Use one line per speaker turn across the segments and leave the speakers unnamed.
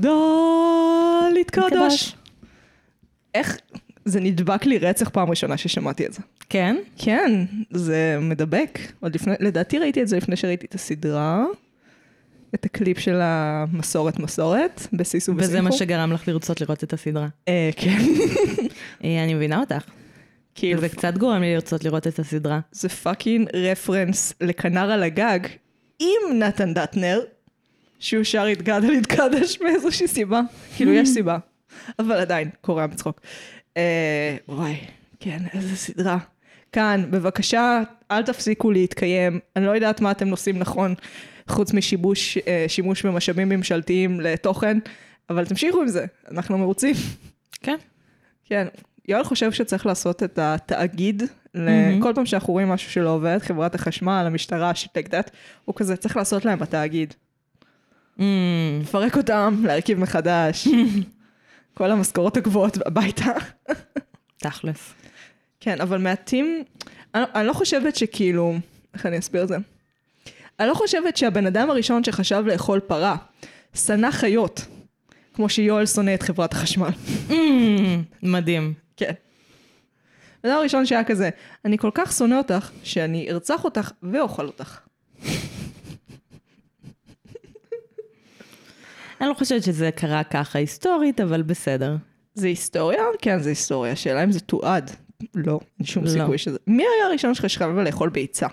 התגדל,
התקדש.
התקדש. איך, זה נדבק לי רצח פעם ראשונה ששמעתי את זה.
כן?
כן, זה מדבק. עוד לפני, לדעתי ראיתי את זה לפני שראיתי את הסדרה, את הקליפ של המסורת מסורת, בסיסו ובסימפו.
וזה מה שגרם לך לרצות לראות את הסדרה.
אה, כן.
אה, אני מבינה אותך.
כאילו,
זה קצת גורם לי לרצות לראות את הסדרה.
זה פאקינג רפרנס לכנר על הגג עם נתן דטנר, שהוא שר את גדל התקדש מאיזושהי סיבה. כאילו, יש סיבה, אבל עדיין, קורע מצחוק. אה, וואי, כן, איזה סדרה. כאן, בבקשה, אל תפסיקו להתקיים. אני לא יודעת מה אתם עושים נכון, חוץ משיבוש, אה, שימוש במשאבים ממשלתיים לתוכן, אבל תמשיכו עם זה, אנחנו מרוצים.
כן.
כן, יואל חושב שצריך לעשות את התאגיד, לכל פעם שאנחנו רואים משהו שלא עובד, חברת החשמל, המשטרה, שיטק דאט, הוא כזה, צריך לעשות להם התאגיד.
Mm,
לפרק אותם, להרכיב מחדש. כל המשכורות הגבוהות הביתה.
תכלס.
כן, אבל מעטים, אני, אני לא חושבת שכאילו, איך אני אסביר את זה? אני לא חושבת שהבן אדם הראשון שחשב לאכול פרה, שנא חיות, כמו שיואל שונא את חברת החשמל.
Mm, מדהים.
כן. הדבר הראשון שהיה כזה, אני כל כך שונא אותך, שאני ארצח אותך ואוכל אותך.
אני לא חושבת שזה קרה ככה היסטורית, אבל בסדר.
זה היסטוריה? כן, זה היסטוריה. השאלה אם זה תועד. לא, אין שום
לא.
סיכוי שזה... מי היה הראשון שחשב על לאכול ביצה?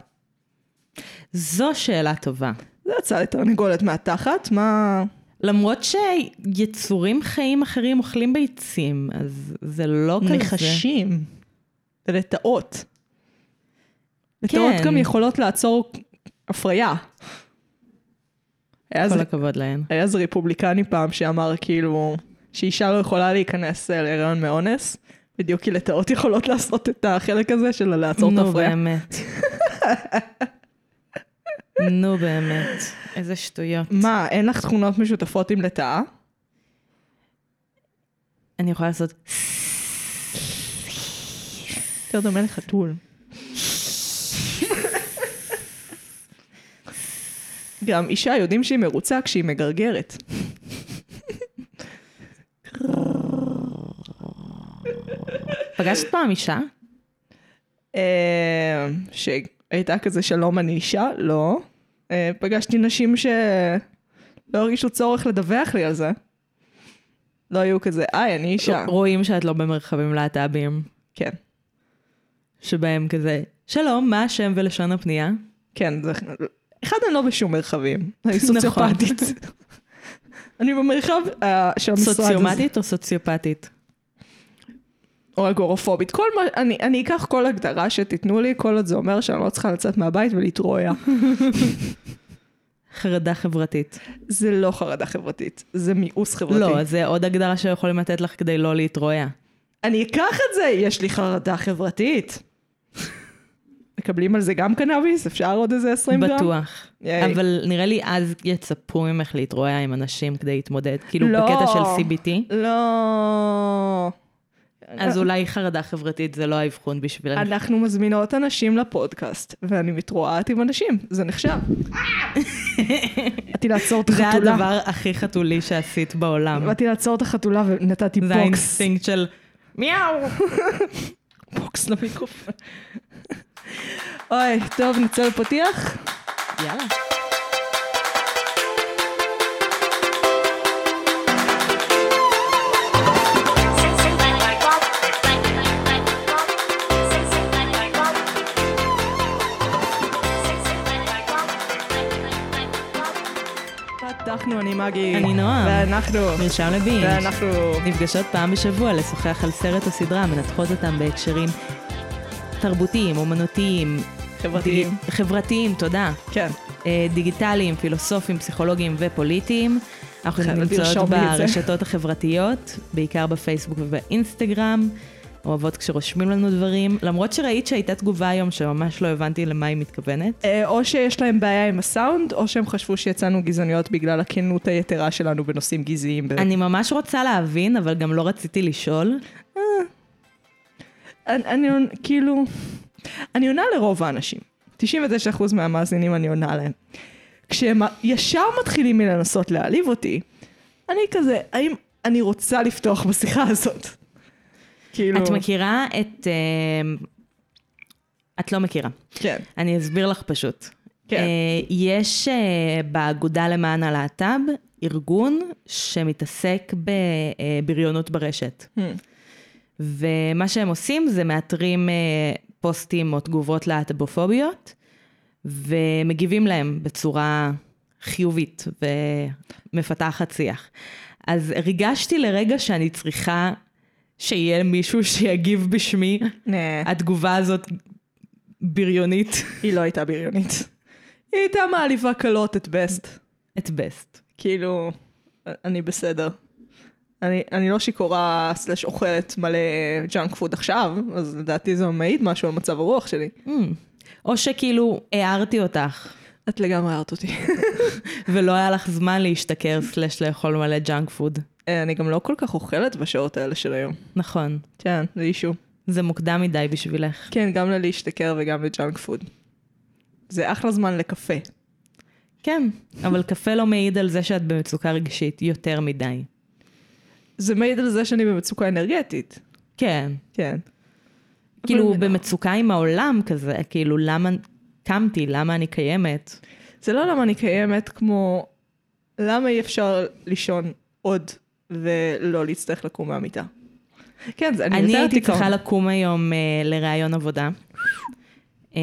זו שאלה טובה.
זה יצא לתרנגולת מהתחת, מה...
למרות שיצורים חיים אחרים אוכלים ביצים, אז זה לא כזה.
נחשים. לטאות. לטאות
כן.
גם יכולות לעצור הפריה. היה
כל
זה-
הכבוד להן.
היה איזה רפובליקני פעם שאמר כאילו שאישה לא יכולה להיכנס אה, להיריון מאונס, בדיוק כי לטאות יכולות לעשות את החלק הזה של לעצור את
נו
ההפריה.
באמת. נו באמת. איזה שטויות.
מה, אין לך תכונות משותפות עם לטאה?
אני יכולה לעשות...
יותר דומה לחתול. גם אישה יודעים שהיא מרוצה כשהיא מגרגרת.
פגשת פעם אישה?
אה, שהייתה כזה שלום אני אישה? לא. אה, פגשתי נשים שלא הרגישו צורך לדווח לי על זה. לא היו כזה, היי, אני אישה.
רואים שאת לא במרחבים להט"בים,
כן,
שבהם כזה, שלום, מה השם ולשון הפנייה?
כן. זה... אחד, אני לא בשום מרחבים. אני
נכון.
סוציופטית. אני במרחב אה, של המשרד הזה.
סוציומטית או סוציופטית?
או אגורופובית. כל מה, אני, אני אקח כל הגדרה שתיתנו לי, כל עוד זה אומר שאני לא צריכה לצאת מהבית ולהתרועע.
חרדה חברתית.
זה לא חרדה חברתית, זה מיאוס חברתי.
לא, זה עוד הגדרה שיכולים לתת לך כדי לא להתרועע.
אני אקח את זה, יש לי חרדה חברתית. מקבלים על זה גם קנאביס? אפשר עוד איזה 20 גרם?
בטוח.
ייי.
אבל נראה לי אז יצפו ממך להתרועע עם אנשים כדי להתמודד, כאילו
לא.
בקטע של CBT.
לא. אה.
אז אולי חרדה חברתית זה לא האבחון בשבילך.
אנחנו מזמינות אנשים לפודקאסט, ואני מתרועעת עם אנשים, זה נחשב. באתי לעצור את
זה
החתולה.
הדבר הכי חתולי שעשית בעולם.
באתי לעצור את החתולה ונתתי
זה
בוקס.
האינסטינקט של מיאו.
בוקס למיקרופון. אוי, טוב, נצא לפתיח?
יאללה.
פתחנו, אני מגי.
אני נועה.
ואנחנו.
מרשם לבינג'.
ואנחנו.
נפגשות פעם בשבוע לשוחח על סרט או סדרה, מנתחות אותם בהקשרים תרבותיים, אומנותיים,
חברתיים.
דיג- חברתיים, תודה.
כן.
אה, דיגיטליים, פילוסופיים, פסיכולוגיים ופוליטיים. אנחנו
חייבת
נמצאות
לרשום לי את זה.
ברשתות החברתיות, בעיקר בפייסבוק ובאינסטגרם. אוהבות כשרושמים לנו דברים, למרות שראית שהייתה תגובה היום שממש לא הבנתי למה היא מתכוונת.
אה, או שיש להם בעיה עם הסאונד, או שהם חשבו שיצאנו גזעניות בגלל הכנות היתרה שלנו בנושאים גזעיים.
אני ממש רוצה להבין, אבל גם לא רציתי לשאול.
אני, אני עונה- כאילו, אני עונה לרוב האנשים. 99% מהמאזינים אני עונה להם. כשהם ישר מתחילים מלנסות להעליב אותי, אני כזה, האם אני רוצה לפתוח בשיחה הזאת? כאילו...
את מכירה את... אה, את לא מכירה.
כן,
אני אסביר לך פשוט.
כן.
אה, יש אה, באגודה למען הלהט"ב ארגון שמתעסק בבריונות ברשת.
Hmm.
ומה שהם עושים זה מאתרים אה, פוסטים או תגובות להט"בופוביות, ומגיבים להם בצורה חיובית ומפתחת שיח. אז הרגשתי לרגע שאני צריכה שיהיה מישהו שיגיב בשמי.
נה,
התגובה הזאת בריונית
היא לא הייתה בריונית. היא הייתה מעליבה קלות את בסט.
את בסט.
כאילו, אני בסדר. אני, אני לא שיכורה סלש אוכלת מלא ג'אנק פוד עכשיו, אז לדעתי זה מעיד משהו על מצב הרוח שלי.
או שכאילו הערתי אותך,
את לגמרי הערת אותי.
ולא היה לך זמן להשתכר סלש לאכול מלא ג'אנק פוד.
אה, אני גם לא כל כך אוכלת בשעות האלה של היום.
נכון,
כן, זה אישו.
זה מוקדם מדי בשבילך.
כן, גם ללהשתכר וגם לג'אנק פוד. זה אחלה זמן לקפה.
כן, אבל קפה לא מעיד על זה שאת במצוקה רגשית יותר מדי.
זה מעיד על זה שאני במצוקה אנרגטית.
כן,
כן.
כאילו
אבל-
במצוקה עם העולם כזה, כאילו למה קמתי, למה אני קיימת.
זה לא למה אני קיימת כמו למה אי אפשר לישון עוד ולא להצטרך לקום מהמיטה. כן, זה, אני,
אני
יותר
הייתי
דיכאון.
צריכה לקום היום אה, לראיון עבודה. אה,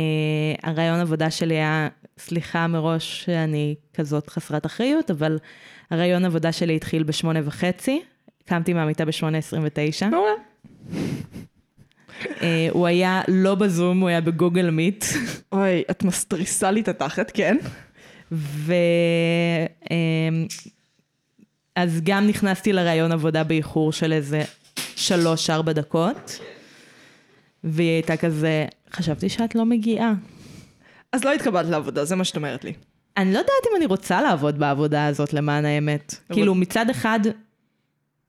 הראיון עבודה שלי היה, סליחה מראש שאני כזאת חסרת אחריות, אבל הראיון עבודה שלי התחיל בשמונה וחצי, קמתי מהמיטה בשמונה עשרים ותשע.
מעולה.
אה, הוא היה לא בזום, הוא היה בגוגל מיט,
אוי, את מסתריסה לי את התחת, כן?
ו... אה, אז גם נכנסתי לראיון עבודה באיחור של איזה שלוש-ארבע דקות, והיא הייתה כזה, חשבתי שאת לא מגיעה.
אז לא התקבלת לעבודה, זה מה שאת אומרת לי.
אני לא יודעת אם אני רוצה לעבוד בעבודה הזאת, למען האמת.
אבל-
כאילו, מצד אחד,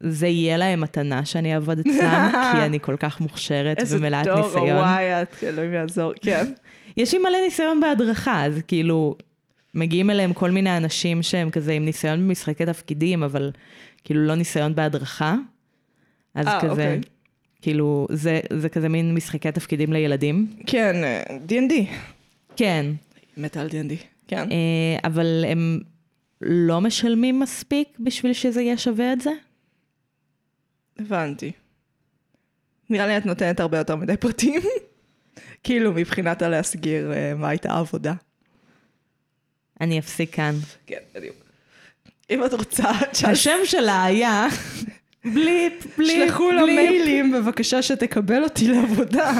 זה יהיה להם מתנה שאני אעבוד אצלם, כי אני כל כך מוכשרת ומלאת ניסיון.
וואי, את, אלוהים יעזור, כן.
יש לי מלא ניסיון בהדרכה, אז כאילו, מגיעים אליהם כל מיני אנשים שהם כזה עם ניסיון במשחקי תפקידים, אבל כאילו לא ניסיון בהדרכה. אז
אה,
כזה,
אוקיי.
כאילו, זה, זה כזה מין משחקי תפקידים לילדים.
כן, אה, D&D.
כן,
מתה על D&D. כן.
אה, אבל הם לא משלמים מספיק בשביל שזה יהיה שווה את זה?
הבנתי. נראה לי את נותנת הרבה יותר מדי פרטים. כאילו, מבחינת הלהסגיר אה, מה הייתה העבודה.
אני אפסיק כאן.
כן, בדיוק. אם את רוצה, תשלחו
השם שלה היה... בליפ, בליפ,
לה
בליפ.
מיילים בבקשה שתקבל אותי לעבודה.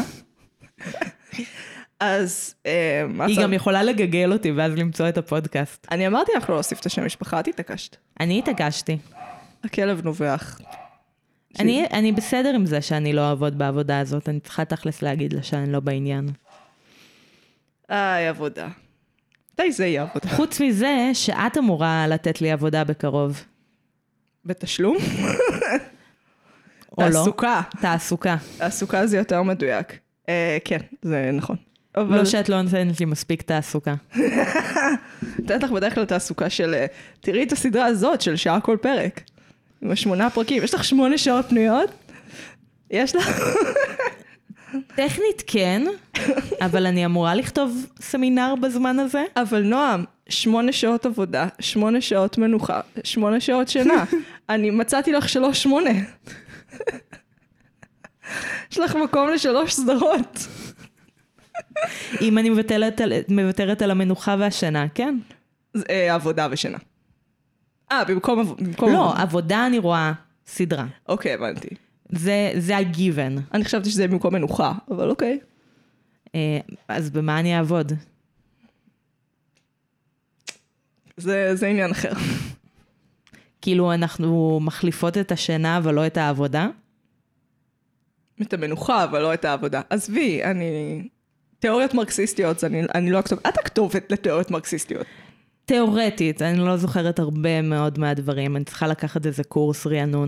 אז אה, מה
היא
זה?
גם יכולה לגגל אותי ואז למצוא את הפודקאסט.
אני אמרתי לך לא להוסיף את השם משפחה, את התעקשת.
אני התעקשתי.
הכלב נובח.
אני, אני בסדר עם זה שאני לא אעבוד בעבודה הזאת, אני צריכה תכלס להגיד לה שאני לא בעניין.
איי, עבודה. די זה יהיה עבודה.
חוץ מזה שאת אמורה לתת לי עבודה בקרוב,
בתשלום?
או לא?
תעסוקה.
תעסוקה.
תעסוקה זה יותר מדויק. אה, כן, זה נכון. אבל...
לא שאת לא נותנת לי מספיק תעסוקה.
נותנת לך בדרך כלל תעסוקה של, אה, תראי את הסדרה הזאת של שעה כל פרק. עם השמונה פרקים, יש לך שמונה שעות פנויות? יש לך?
טכנית כן, אבל אני אמורה לכתוב סמינר בזמן הזה.
אבל נועם, שמונה שעות עבודה, שמונה שעות מנוחה, שמונה שעות שינה. אני מצאתי לך שלוש שמונה. יש לך מקום לשלוש סדרות.
אם אני מבטלת על, מוותרת על המנוחה והשינה, כן.
זה, אה, עבודה ושינה. אה, במקום עב- במקום...
לא,
עבודה.
עבודה אני רואה סדרה.
אוקיי, הבנתי.
זה, זה הגיוון.
אני חשבתי שזה במקום מנוחה, אבל אוקיי.
אה, אז במה אני אעבוד?
זה זה עניין אחר.
כאילו אנחנו מחליפות את השינה אבל לא את העבודה?
את המנוחה, אבל לא את העבודה. עזבי, אני... תיאוריות מרקסיסטיות, אני, אני לא הכתובת, את הכתובת לתיאוריות מרקסיסטיות.
תיאורטית, אני לא זוכרת הרבה מאוד מהדברים, אני צריכה לקחת איזה קורס רענון.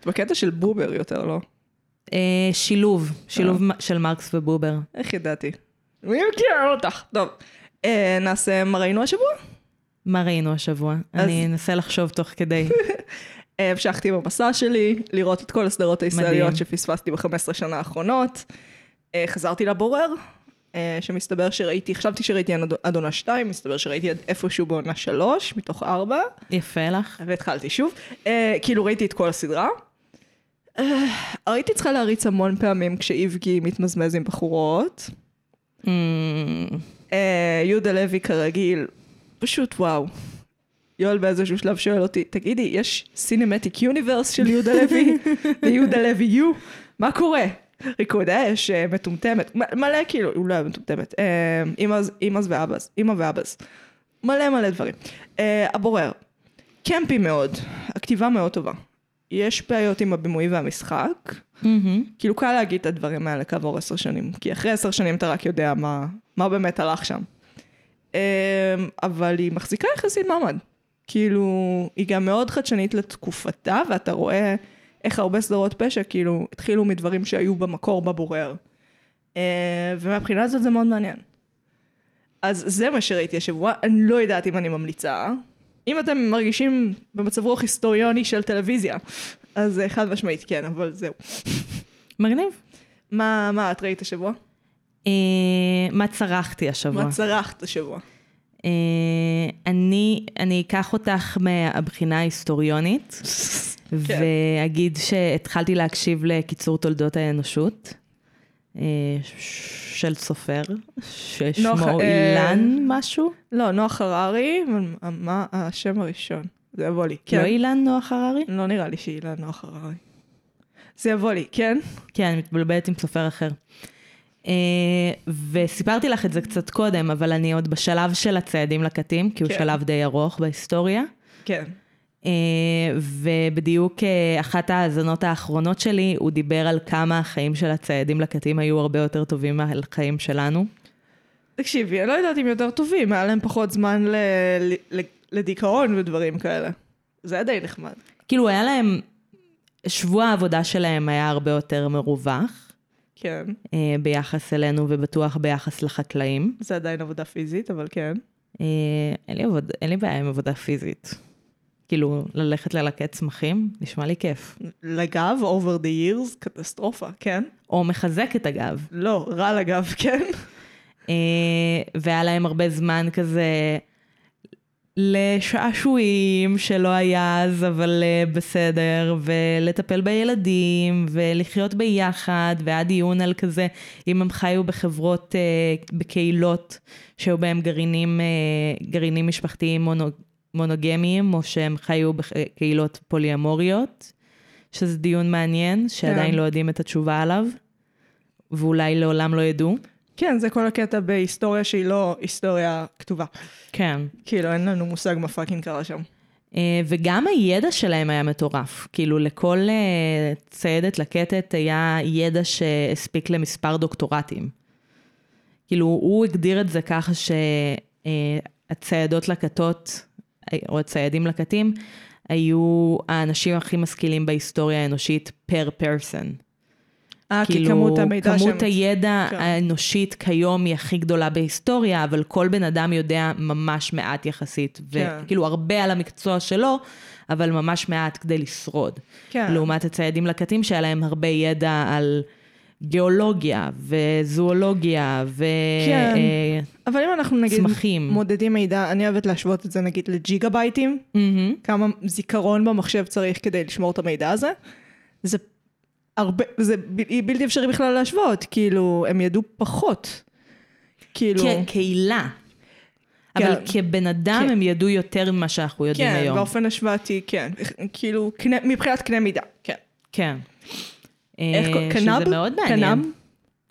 את בקטע של בובר יותר, לא?
אה, שילוב, שילוב
אה.
מ- של מרקס ובובר.
איך ידעתי? מי מכיר אותך? טוב, אה, נעשה מה ראינו השבוע?
מה ראינו השבוע?
אז-
אני אנסה לחשוב תוך כדי.
אה, המשכתי עם המסע שלי, לראות את כל הסדרות הישראליות
מדהים.
שפספסתי ב-15 שנה האחרונות. אה, חזרתי לבורר, אה, שמסתבר שראיתי, חשבתי שראיתי עד- עד עונה 2, מסתבר שראיתי עד איפשהו בעונה 3, מתוך 4,
יפה לך.
והתחלתי שוב. אה, כאילו ראיתי את כל הסדרה. אה, הייתי צריכה להריץ המון פעמים כשאיבגי מתמזמז עם בחורות.
Mm,
אה, יהודה לוי כרגיל, פשוט וואו. יואל באיזשהו שלב שואל אותי, תגידי, יש סינמטיק יוניברס של יהודה לוי? ליהודה לוי יו? מה קורה? ריקוד אש, אה, מטומטמת, מ- מלא כאילו, הוא לא היה מטומטמת, אה, אמאז' אמאז' ואבאז', אמא ואבאז', מלא מלא דברים. אה, הבורר, קמפי מאוד, הכתיבה מאוד טובה. יש בעיות עם הבימוי והמשחק,
מהמם.
כאילו קל להגיד את הדברים האלה כעבור עשר שנים, כי אחרי עשר שנים אתה רק יודע מה, מה באמת הלך שם. אמ, אבל היא מחזיקה יחסית מעמד. כאילו, היא גם מאוד חדשנית לתקופתה, ואתה רואה איך הרבה סדרות פשע כאילו התחילו מדברים שהיו במקור בבורר. אה, ומהבחינה הזאת זה מאוד מעניין. אז זה מה שראיתי השבוע, אני לא יודעת אם אני ממליצה. אם אתם מרגישים במצב רוח היסטוריוני של טלוויזיה, אז אה, חד משמעית כן, אבל זהו.
מגניב.
מה, מה את ראית השבוע?
אה, מה צרחתי השבוע?
מה צרחת השבוע?
אה, אני, אני אקח אותך מהבחינה ההיסטוריונית,
כן.
ואגיד שהתחלתי להקשיב לקיצור תולדות האנושות, אה, ש- של סופר,
נוח,
ששמו
אה,
אילן משהו?
לא, נוח הררי, אבל מה השם הראשון? זה יבוא לי.
לא
כן.
אילן נוח הררי?
לא נראה לי שהיא לא נוח הררי. זה יבוא לי, כן?
כן, אני מתבלבלת עם סופר אחר. אה, וסיפרתי לך את זה קצת קודם, אבל אני עוד בשלב של הצעדים לקטים, כי הוא
כן.
שלב די ארוך בהיסטוריה.
כן.
אה, ובדיוק אה, אחת ההאזנות האחרונות שלי, הוא דיבר על כמה החיים של הציידים לקטים היו הרבה יותר טובים מהחיים שלנו.
תקשיבי, אני לא יודעת אם יותר טובים, היה להם פחות זמן ל... ל... ל- לדיכאון ודברים כאלה. זה היה די נחמד.
כאילו היה להם, שבוע העבודה שלהם היה הרבה יותר מרווח
כן.
אה, ביחס אלינו ובטוח ביחס לחקלאים.
זה עדיין עבודה פיזית, אבל כן.
אה, אין לי, עבוד, אין לי בעיה עם עבודה פיזית. כאילו, ללכת ללקט צמחים, נשמע לי כיף.
לגב, over the years, קטסטרופה, כן?
או מחזקת אגב.
לא, רע לגב, כן?
אה, והיה להם הרבה זמן כזה לשעשועים שלא היה אז, אבל אה, בסדר, ולטפל בילדים, ולחיות ביחד, והיה דיון על כזה, אם הם חיו בחברות, אה, בקהילות שהיו בהם גרעינים, אה, גרעינים משפחתיים מונו, מונוגמיים, או שהם חיו בקהילות פוליאמוריות, שזה דיון מעניין, שעדיין
כן.
לא יודעים את התשובה עליו, ואולי לעולם לא ידעו.
כן, זה כל הקטע בהיסטוריה שהיא לא היסטוריה כתובה.
כן.
כאילו, אין לנו מושג מה פאקינג קרה שם.
אה, וגם הידע שלהם היה מטורף. כאילו, לכל אה, ציידת לקטת היה ידע שהספיק למספר דוקטורטים. כאילו, הוא הגדיר את זה ככה שהציידות לקטות, אה, או הציידים לקטים, היו האנשים הכי משכילים בהיסטוריה האנושית פר פרסן.
אה, כי
כאילו,
כמות המידע
כמות
שהם...
הידע
כן.
האנושית כיום היא הכי גדולה בהיסטוריה, אבל כל בן אדם יודע ממש מעט יחסית.
כן.
וכאילו, הרבה על המקצוע שלו, אבל ממש מעט כדי לשרוד.
כן.
לעומת הציידים לקטים, שהיה להם הרבה ידע על גיאולוגיה, וזואולוגיה, אה,
כן.
וצמחים.
אבל אם אנחנו נגיד מודדים מידע, אני אוהבת להשוות את זה נגיד לג'יגה בייטים, כמה זיכרון במחשב צריך כדי לשמור את המידע הזה, זה הרבה, זה ב- בלתי אפשרי בכלל להשוות, כאילו, הם ידעו פחות. כאילו...
כקהילה. אבל
כן.
כבן אדם
כן.
הם ידעו יותר ממה שאנחנו יודעים
כן,
היום.
באופן השוואתי, כן. כאילו, קנה- מבחינת קנה מידה, כן.
כן.
איך
אה,
קו- קנב?
שזה מאוד מעניין.
קנב?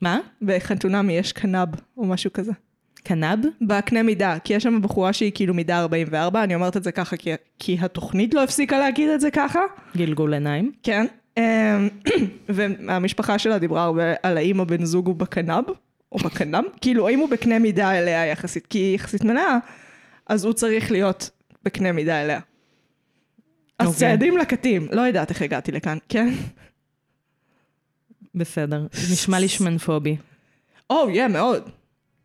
מה?
בחתונמי יש קנב או משהו כזה.
קנב?
בקנה מידה, כי יש שם בחורה שהיא כאילו מידה 44, אני אומרת את זה ככה כי, כי התוכנית לא הפסיקה להגיד את זה ככה.
גלגול עיניים.
כן. אמ, והמשפחה שלה דיברה הרבה על האם הבן זוג הוא בקנב, או בקנם, כאילו האם הוא בקנה מידה אליה יחסית, כי היא יחסית מלאה, אז הוא צריך להיות בקנה מידה אליה. אז
אוקיי.
צעדים לקטים, לא יודעת איך הגעתי לכאן, כן?
בסדר. נשמע לי שמנפובי.
או, יא, Oh, מאוד.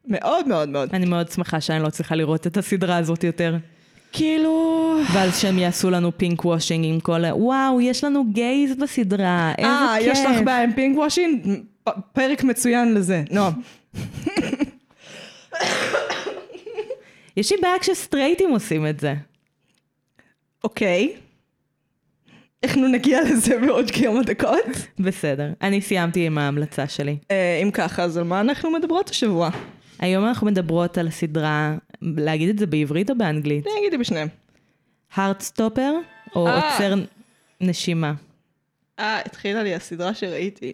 מאוד מאוד מאוד.
אני מאוד שמחה שאני לא צריכה לראות את הסדרה הזאת יותר.
כאילו...
ואז שהם יעשו לנו פינק וושינג עם כל ה... וואו, יש לנו גייז בסדרה, איזה
אה,
כיף.
יש לך בעיה עם פינק וושינג? פ- פרק מצוין לזה. נועם.
יש לי בעיה כשסטרייטים עושים את זה.
אוקיי. אנחנו נגיע לזה בעוד כמה דקות.
בסדר. אני סיימתי עם ההמלצה שלי.
אה, אם ככה, אז על מה אנחנו מדברות השבוע?
היום אנחנו מדברות על הסדרה, להגיד את זה בעברית או באנגלית?
אני אגידי בשניהם.
הארטסטופר, או
אה.
עוצר נשימה.
אה, התחילה לי הסדרה שראיתי.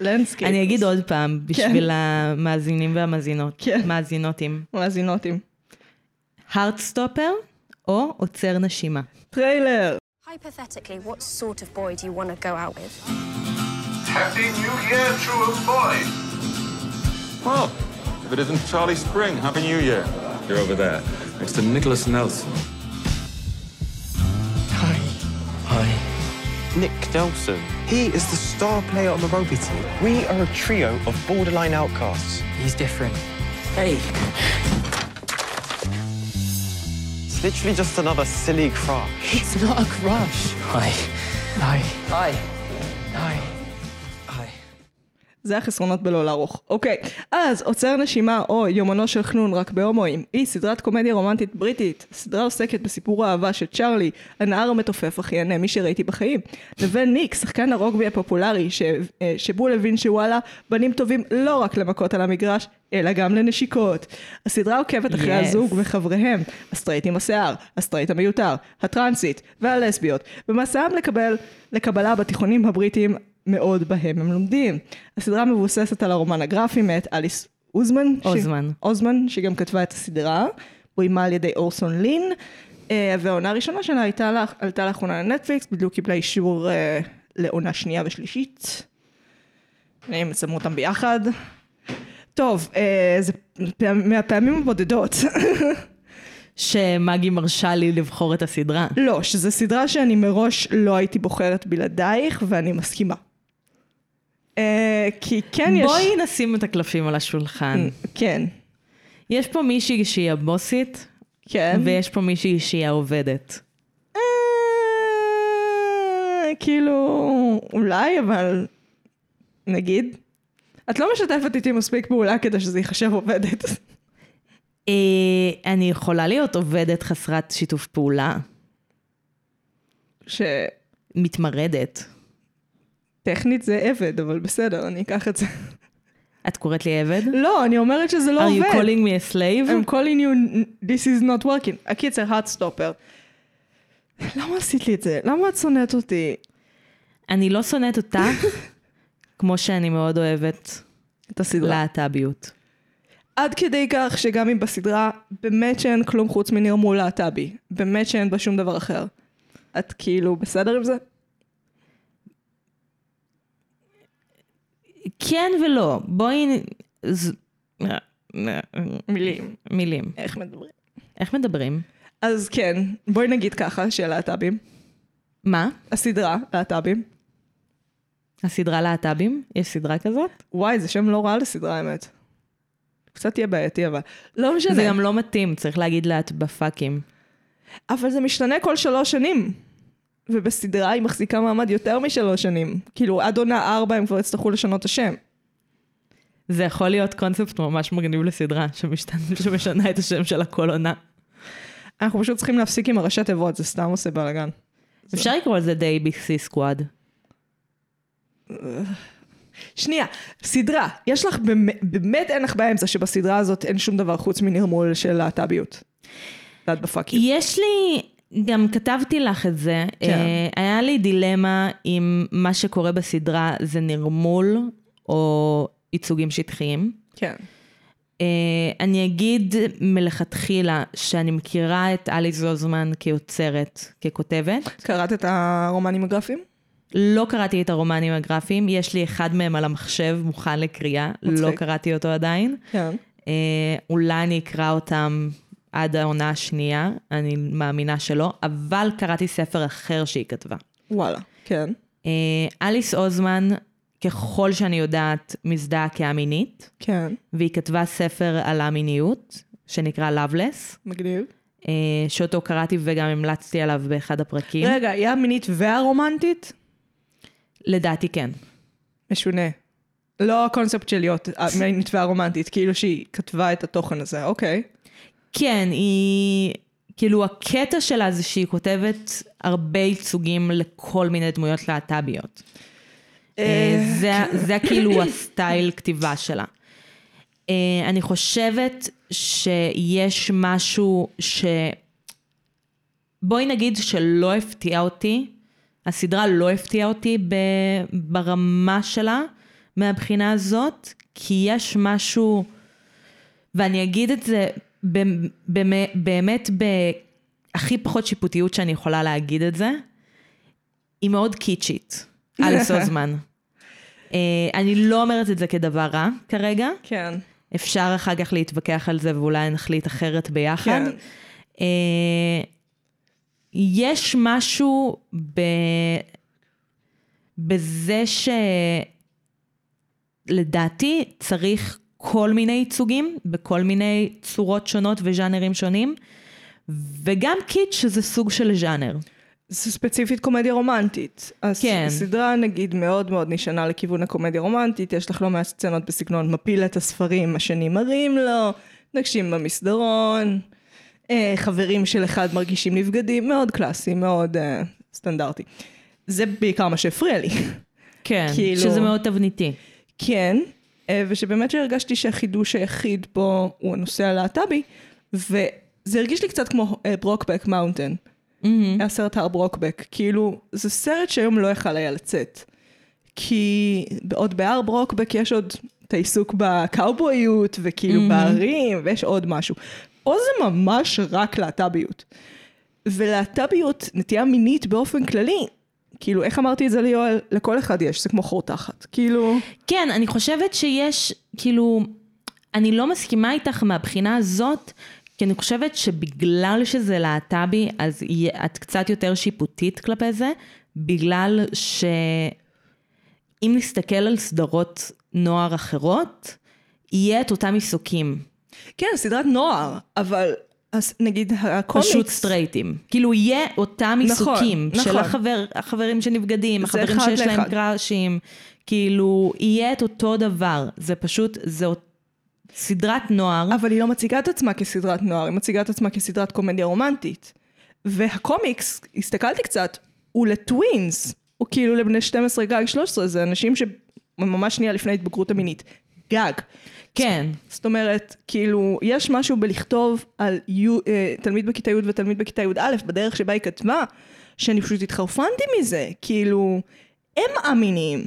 לנסקי.
אני אגיד עוד פעם, בשביל המאזינים והמאזינות.
כן.
מאזינותים.
מאזינותים.
הארטסטופר, או עוצר נשימה.
טריילר.
Hypothetically, what sort of boy do you want to go out with?
Happy New Year, true boy.
Well, Oh, if it isn't Charlie Spring, Happy New Year. You're over there, next to Nicholas Nelson.
Hi. Hi.
Nick Delson. He is the star player on the rugby team. We are a trio of borderline outcasts.
He's different. Hey.
It's literally just another silly crush.
It's not a crush. Hi. Hi. Hi. Hi. Hi.
זה החסרונות בלא לערוך. אוקיי, אז עוצר נשימה או יומנו של חנון רק בהומואים היא סדרת קומדיה רומנטית בריטית. הסדרה עוסקת בסיפור האהבה של צ'ארלי, הנער המתופף הכי הנמי שראיתי בחיים, לבין ניק, שחקן הרוגבי הפופולרי, ש... אה, שבול הבין שוואלה, בנים טובים לא רק למכות על המגרש, אלא גם לנשיקות. הסדרה עוקבת אחרי
Yes.
הזוג וחבריהם, הסטרייט עם השיער, הסטרייט המיותר, הטרנסית והלסביות, במסעם לקבל, לקבלה בתיכונים הבריטיים מאוד בהם הם לומדים. הסדרה מבוססת על הרומן הגרפי מאת אליס אוזמן. ש-
אוזמן.
אוזמן, שגם כתבה את הסדרה, בוימה על ידי אורסון לין, אה, והעונה הראשונה שלה הייתה, לה- עלתה לאחרונה לנטפליקס, בדיוק קיבלה אישור אה, לעונה שנייה ושלישית. אה, הם שמו אותם ביחד. טוב, אה, זה פעם- מהפעמים הבודדות.
שמגי מרשה לי לבחור את הסדרה.
לא, שזו סדרה שאני מראש לא הייתי בוחרת בלעדייך, ואני מסכימה. אה, כי כן יש...
בואי נשים את הקלפים על השולחן.
כן.
יש פה מישהי שהיא הבוסית,
כן.
ויש פה מישהי שהיא העובדת.
אה, כאילו, אולי, אבל נגיד. את לא משתפת איתי מספיק פעולה כדי שזה ייחשב עובדת.
אה, אני יכולה להיות עובדת חסרת שיתוף פעולה,
שטכנית
מתמרדת.
זה עבד, אבל בסדר, אני אקח את זה.
את קוראת לי עבד?
לא, אני אומרת שזה לא
Are
עובד.
you calling me a slave?
I'm calling you, this is not working. הקיצר, הארדסטופר. למה עשית לי את זה? למה את שונאת אותי?
אני לא שונאת אותה, כמו שאני מאוד אוהבת
את הסדרה.
להט"ביות.
עד כדי כך שגם אם בסדרה, באמת שאין כלום חוץ מנרמול להט"בי. באמת שאין בה שום דבר אחר. את כאילו בסדר עם זה?
כן ולא, בואי... נ- ז-
מילים.
מילים.
איך מדברים?
איך מדברים?
אז כן, בואי נגיד ככה, שלהט"בים.
מה?
הסדרה, להט"בים.
הסדרה להט"בים? יש סדרה כזאת?
וואי, זה שם לא רע לסדרה, האמת. קצת יהיה בעייתי, אבל... לא משנה.
זה גם לא מתאים, צריך להגיד לה את בפאקים.
אבל זה משתנה כל שלוש שנים. ובסדרה היא מחזיקה מעמד יותר משלוש שנים. כאילו, עד עונה ארבע הם כבר יצטרכו לשנות את השם.
זה יכול להיות קונספט ממש מגניב לסדרה, שמשתנה, שמשנה את השם שלה כל עונה.
אנחנו פשוט צריכים להפסיק עם הראשי תיבות, זה סתם עושה בלאגן.
אפשר לקרוא לזה די BC סקוואד.
שנייה, סדרה. יש לך, באמת, באמת אין לך באמצע שבסדרה הזאת אין שום דבר חוץ מנרמול של להט"ביות. ואת בפאקינג.
יש לי, גם כתבתי לך את זה,
כן.
אה, היה לי דילמה אם מה שקורה בסדרה זה נרמול או ייצוגים שטחיים.
כן.
אה, אני אגיד מלכתחילה שאני מכירה את עלי זוזמן כיוצרת, ככותבת.
קראת את הרומנים הגרפיים?
לא קראתי את הרומנים הגרפיים, יש לי אחד מהם על המחשב מוכן לקריאה,
מצחיק.
לא קראתי אותו עדיין.
כן.
אה, אולי אני אקרא אותם עד העונה השנייה, אני מאמינה שלא, אבל קראתי ספר אחר שהיא כתבה.
וואלה. כן.
אה, אליס אוזמן, ככל שאני יודעת, מזדהה כמינית,
כן.
והיא כתבה ספר על המיניות, שנקרא Loveless.
מגניב.
אה, שאותו קראתי וגם המלצתי עליו באחד הפרקים.
רגע, היא המינית והרומנטית?
לדעתי כן.
משונה. לא הקונספט של להיות המינית והרומנטית, כאילו שהיא כתבה את התוכן הזה, אוקיי.
כן, היא... כאילו הקטע שלה זה שהיא כותבת הרבה ייצוגים לכל מיני דמויות להט"ביות. אה, זה, זה כאילו הסטייל כתיבה שלה. אה, אני חושבת שיש משהו ש... בואי נגיד שלא הפתיע אותי, הסדרה לא הפתיעה אותי ב... ברמה שלה מהבחינה הזאת, כי יש משהו, ואני אגיד את זה במ- במ- באמת בהכי פחות שיפוטיות שאני יכולה להגיד את זה, היא מאוד קיצ'ית, על סוזמן. אה, אני לא אומרת את זה כדבר רע כרגע,
כן.
אפשר אחר כך להתווכח על זה ואולי נחליט אחרת ביחד.
כן.
אה, יש משהו ב... בזה שלדעתי צריך כל מיני ייצוגים בכל מיני צורות שונות וז'אנרים שונים, וגם קיץ' שזה סוג של ז'אנר.
זה ספציפית קומדיה רומנטית. אז
כן.
הסדרה נגיד מאוד מאוד נשענה לכיוון הקומדיה רומנטית, יש לך לא מעט סצנות בסגנון מפיל את הספרים השני מראים לו, נגשים במסדרון, אה, חברים של אחד מרגישים נבגדים, מאוד קלאסי, מאוד אה, סטנדרטי. זה בעיקר מה שהפריע לי.
כן,
כאילו-
שזה מאוד תבניתי.
כן, אה, ושבאמת שהרגשתי שהחידוש היחיד פה הוא הנושא הלהט"בי, וזה הרגיש לי קצת כמו אה, ברוקבק מאונטן. היה סרט הר ברוקבק. כאילו, זה סרט שהיום לא יכל היה לצאת. כי עוד בהר ברוקבק יש עוד את העיסוק בקאובויות, וכאילו בערים, ויש עוד משהו. פה זה ממש רק להט"ביות. ולהט"ביות, נטייה מינית באופן כללי, כאילו, איך אמרתי את זה ליואל? לכל אחד יש, זה כמו חור תחת. כאילו...
כן, אני חושבת שיש, כאילו, אני לא מסכימה איתך מהבחינה הזאת, כי אני חושבת שבגלל שזה להט"בי, אז יה- את קצת יותר שיפוטית כלפי זה, בגלל ש... אם נסתכל על סדרות נוער אחרות, יהיה את אותם עיסוקים,
כן, סדרת נוער, אבל אז, נגיד הקומיקס...
פשוט סטרייטים. כאילו יהיה אותם
נכון,
עיסוקים, של
נכון.
החבר, החברים שנבגדים,
זה
החברים
אחד
שיש להם
לאחד.
קראשים, כאילו יהיה את אותו דבר, זה פשוט, זה אות- סדרת נוער.
אבל היא לא מציגה את עצמה כסדרת נוער, היא מציגה את עצמה כסדרת קומדיה רומנטית. והקומיקס, הסתכלתי קצת, הוא לטווינס, הוא כאילו לבני 12 גג 13, זה אנשים שממש שנייה לפני ההתבגרות המינית. גג.
כן,
זאת אומרת, כאילו, יש משהו בלכתוב על יו, אה, תלמיד בכיתה י' ותלמיד בכיתה י"א, בדרך שבה היא כתבה, שאני פשוט התחרפנתי מזה. כאילו, הם א-מיניים.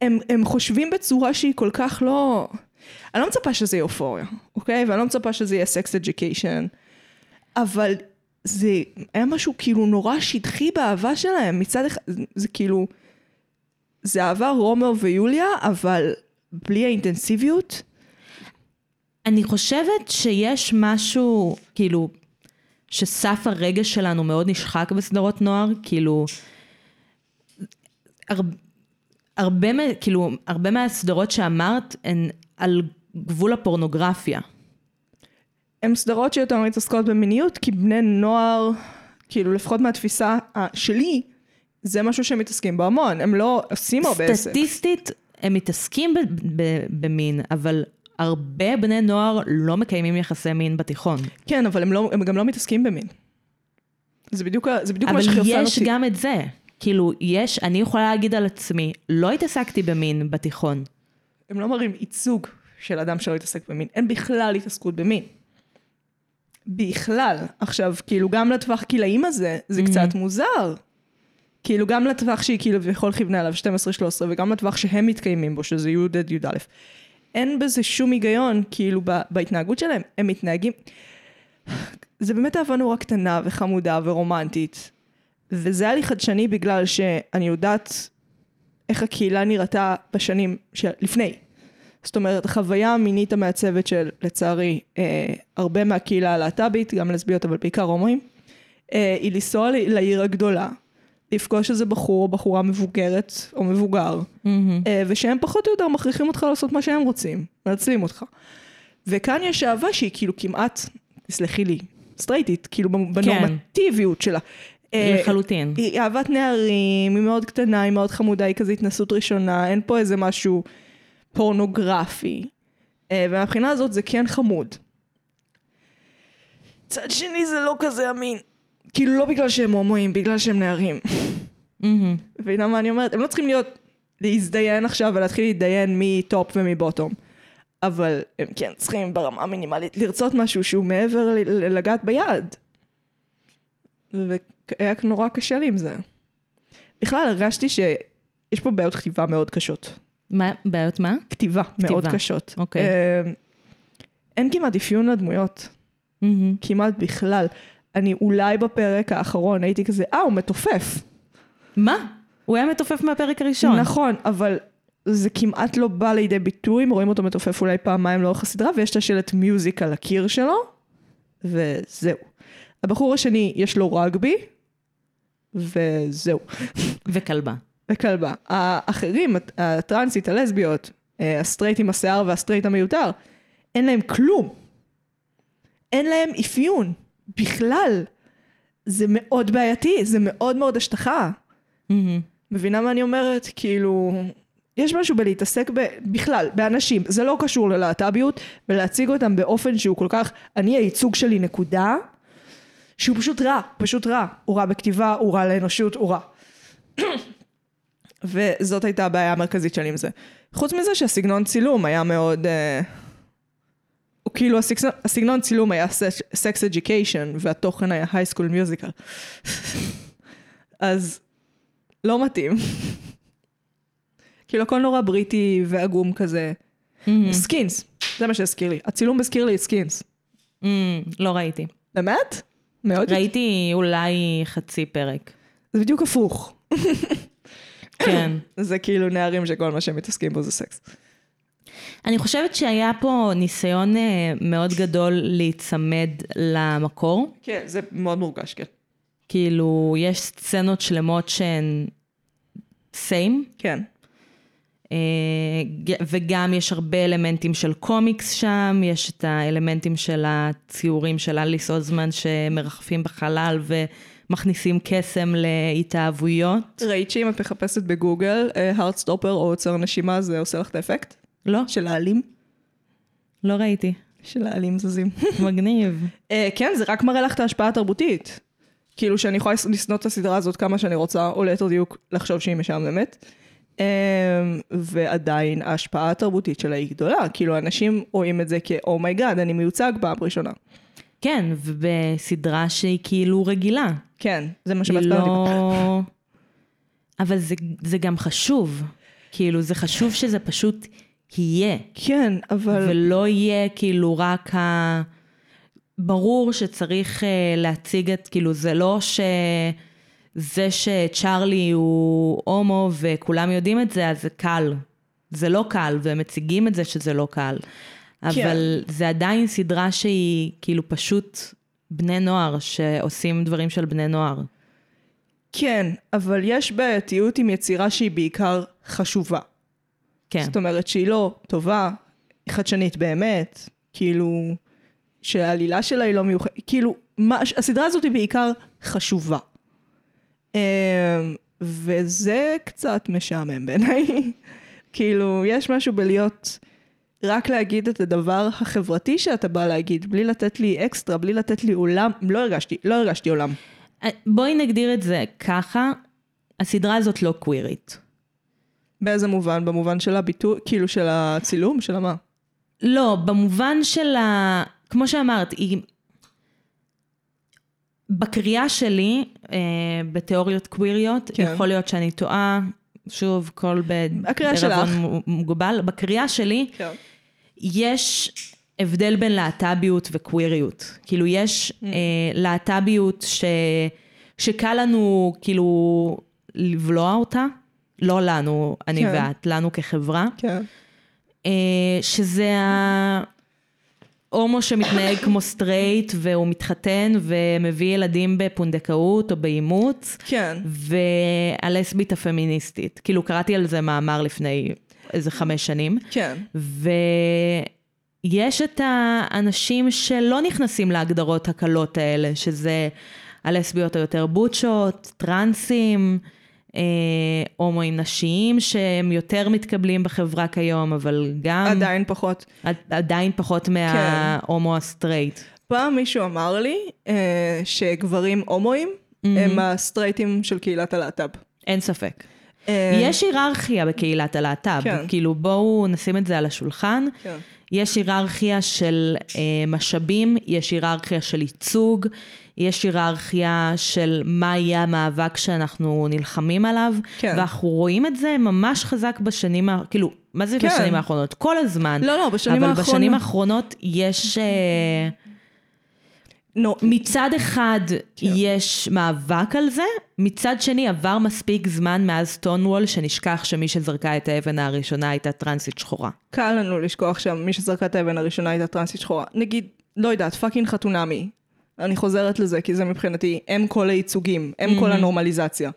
הם, הם חושבים בצורה שהיא כל כך לא... אני לא מצפה שזה יהיה אופוריה, אוקיי? ואני לא מצפה שזה יהיה סקס אדג'יקיישן. אבל זה היה משהו כאילו נורא שטחי באהבה שלהם. מצד אחד, זה, זה כאילו... זה אהבה רומאו ויוליה, אבל בלי האינטנסיביות.
אני חושבת שיש משהו, כאילו, שסף הרגש שלנו מאוד נשחק בסדרות נוער, כאילו, הר, הרבה, מה- כאילו, הרבה מהסדרות שאמרת הן על גבול הפורנוגרפיה.
הן סדרות שיותר מתעסקות במיניות, כי בני נוער, כאילו לפחות מהתפיסה אה, שלי, זה משהו שהם מתעסקים בו המון, הם לא עושים הרבה עסק.
סטטיסטית, הם מתעסקים ב- ב- במין, אבל הרבה בני נוער לא מקיימים יחסי מין בתיכון.
כן, אבל הם, לא, הם גם לא מתעסקים במין. זה בדיוק, ה- זה בדיוק
אבל
מה שחרפן
יש
אותי.
גם את זה. כאילו, יש, אני יכולה להגיד על עצמי, לא התעסקתי במין בתיכון.
הם לא מראים ייצוג של אדם שלא התעסק במין, אין בכלל התעסקות במין. בכלל. עכשיו, כאילו גם לטווח גילאים הזה, זה קצת מוזר. כאילו גם לטווח שהיא כאילו בכל כיוונה עליו 12-13, וגם לטווח שהם מתקיימים בו, שזה י' עד י"א. אין בזה שום היגיון, כאילו, ב- בהתנהגות שלהם. הם מתנהגים... זה באמת אהבה נורא קטנה וחמודה ורומנטית. וזה היה לי חדשני בגלל שאני יודעת איך הקהילה נראתה בשנים שלפני. זאת אומרת, החוויה המינית המעצבת של, לצערי, אה, הרבה מהקהילה הלהט"בית, גם לסביות אבל בעיקר הומואים, אה, היא לנסוע ל- לעיר הגדולה, לפגוש איזה בחור או בחורה מבוגרת או מבוגר, mm-hmm. אה, ושהם פחות או יותר מכריחים אותך לעשות מה שהם רוצים, מעצבים אותך. וכאן יש אהבה שהיא כאילו כמעט, תסלחי לי, סטרייטית, כאילו בנורמטיביות שלה. אה,
לחלוטין.
היא אהבת נערים, היא מאוד קטנה, היא מאוד חמודה, היא כזה התנסות ראשונה, אין פה איזה משהו פורנוגרפי. אה, ומהבחינה הזאת זה כן חמוד. צד שני זה לא כזה אמין. כאילו לא בגלל שהם הומואים, בגלל שהם נערים.
מהמם.
מבינה מה אני אומרת? הם לא צריכים להיות, להזדיין עכשיו ולהתחיל להתדיין מי טופ ומי בוטום. אבל הם כן צריכים ברמה המינימלית לרצות משהו שהוא מעבר ל- ל- לגעת ביד. והיה נורא קשה לי עם זה. בכלל הרגשתי שיש פה בעיות כתיבה מאוד קשות.
מה, בעיות מה?
כתיבה מאוד
כתיבה,
קשות.
אוקיי.
אה, אין כמעט אפיון לדמויות.
מהמם.
כמעט בכלל. אני אולי בפרק האחרון הייתי כזה, אה, הוא מתופף.
מה? הוא היה מתופף מהפרק הראשון.
נכון, אבל זה כמעט לא בא לידי ביטוי, רואים אותו מתופף אולי פעמיים לאורך הסדרה, ויש את השלט מיוזיק על הקיר שלו, וזהו. הבחור השני, יש לו רגבי, וזהו.
וכלבה.
וכלבה. האחרים, הט- הטרנסית, הלסביות, אה, הסטרייט עם השיער והסטרייט המיותר, אין להם כלום. אין להם אפיון, בכלל. זה מאוד בעייתי, זה מאוד מאוד השטחה.
מהמם.
מבינה מה אני אומרת? כאילו, יש משהו בלהתעסק ב... בכלל, באנשים. זה לא קשור ללהט"ביות, ולהציג אותם באופן שהוא כל כך, אני הייצוג שלי נקודה, שהוא פשוט רע, פשוט רע. הוא רע בכתיבה, הוא רע לאנושות, הוא רע. וזאת הייתה הבעיה המרכזית שלי עם זה. חוץ מזה שהסגנון צילום היה מאוד... אה, הוא כאילו הסגנון, הסגנון צילום היה סקס אג'יקיישן והתוכן היה היי סקול מיוזיקל. אז לא מתאים. כאילו הכל נורא בריטי ועגום כזה.
מהמם.
סקינס, זה מה שהזכיר לי. הצילום הזכיר לי את סקינס.
מהמם. לא ראיתי.
באמת? מאוד.
ראיתי אולי חצי פרק.
זה בדיוק הפוך.
כן.
זה כאילו נערים שכל מה שהם מתעסקים בו זה סקס.
אני חושבת שהיה פה ניסיון אה, מאוד גדול להיצמד למקור.
כן, זה מאוד מורגש, כן.
כאילו, יש סצנות שלמות שהן סיים,
כן.
אה, וגם יש הרבה אלמנטים של קומיקס שם, יש את האלמנטים של הציורים של אליס עוזמן שמרחפים בחלל ומכניסים קסם להתאהבויות.
ראית שאם את מחפשת בגוגל, הרדסטופר או עוצר נשימה, זה עושה לך את האפקט?
לא,
של העלים?
לא ראיתי.
של העלים זזים.
מגניב.
אה, כן, זה רק מראה לך את ההשפעה התרבותית. כאילו שאני יכולה לשנוא את הסדרה הזאת כמה שאני רוצה, או ליתר דיוק, לחשוב שהיא משעממת. אה, ועדיין ההשפעה התרבותית שלה היא גדולה. כאילו אנשים רואים את זה כ-אומייגאד, אני מיוצג פעם ראשונה.
כן, ובסדרה שהיא כאילו רגילה.
כן, זה מה
היא
שמעצבן אותי.
לא... אבל זה, זה גם חשוב. כאילו, זה חשוב שזה פשוט יהיה.
כן, אבל...
ולא יהיה כאילו רק ה... ברור שצריך uh, להציג את, כאילו זה לא ש... זה שצ'ארלי הוא הומו וכולם יודעים את זה, אז זה קל. זה לא קל, והם מציגים את זה שזה לא קל.
כן.
אבל זה עדיין סדרה שהיא כאילו פשוט בני נוער, שעושים דברים של בני נוער.
כן, אבל יש בעייתיות עם יצירה שהיא בעיקר חשובה.
כן.
זאת אומרת שהיא לא טובה, חדשנית באמת, כאילו, שהעלילה שלה היא לא מיוחדת, כאילו, מה, הסדרה הזאת היא בעיקר חשובה. אמ, וזה קצת משעמם בעיניי. כאילו, יש משהו בלהיות, רק להגיד את הדבר החברתי שאתה בא להגיד, בלי לתת לי אקסטרה, בלי לתת לי עולם, לא הרגשתי, לא הרגשתי עולם.
אה, בואי נגדיר את זה ככה, הסדרה הזאת לא קווירית.
באיזה מובן? במובן של הביטוי, כאילו של הצילום? של המה?
לא, במובן של ה... כמו שאמרת, היא... בקריאה שלי, אה, בתיאוריות קוויריות,
כן.
כן. יכול להיות שאני טועה, שוב, כל ב...
הקריאה
בעירבון
שלך.
מ- מוגבל, בקריאה שלי
כן.
יש הבדל בין להט"ביות וקוויריות. כאילו, יש
Mm.
אה, להט"ביות ש... שקל לנו, כאילו, לבלוע אותה, לא לנו, אני
כן.
כן. ואת, לנו כחברה.
כן.
אה, שזה ההומו שמתנהג כמו סטרייט והוא מתחתן ומביא ילדים בפונדקאות או באימוץ,
כן.
והלסבית הפמיניסטית. כאילו קראתי על זה מאמר לפני איזה חמש שנים,
כן.
יש את האנשים שלא נכנסים להגדרות הקלות האלה, שזה הלסביות היותר בוטשות, טרנסים, אה, הומואים נשיים, שהם יותר מתקבלים בחברה כיום, אבל גם...
עדיין כן. פחות.
עד, עדיין פחות מההומו הסטרייט.
פעם מישהו אמר לי אה, שגברים הומואים הם הסטרייטים של קהילת הלהט"ב.
אין ספק.
אה,
יש היררכיה בקהילת הלהט"ב,
כן.
כאילו בואו נשים את זה על השולחן.
כן.
יש היררכיה של אה, משאבים, יש היררכיה של ייצוג, יש היררכיה של מה יהיה המאבק שאנחנו נלחמים עליו,
כן.
ואנחנו רואים את זה ממש חזק בשנים, ה- כאילו, מה זה
כן.
בשנים האחרונות? כל הזמן.
לא, לא, בשנים
אבל אבל בשנים
האחרונות.
האחרונות יש... אה,
נו,
מצד אחד כן. יש מאבק על זה, מצד שני עבר מספיק זמן מאז סטונוול שנשכח שמי שזרקה את האבן הראשונה הייתה טרנסית שחורה.
קל לנו לשכוח שם, מי שזרקה את האבן הראשונה הייתה טרנסית שחורה. נגיד, לא יודעת, פאקינג חתונמי. אני חוזרת לזה, כי זה מבחינתי, הם כל הייצוגים, הם כל הנורמליזציה.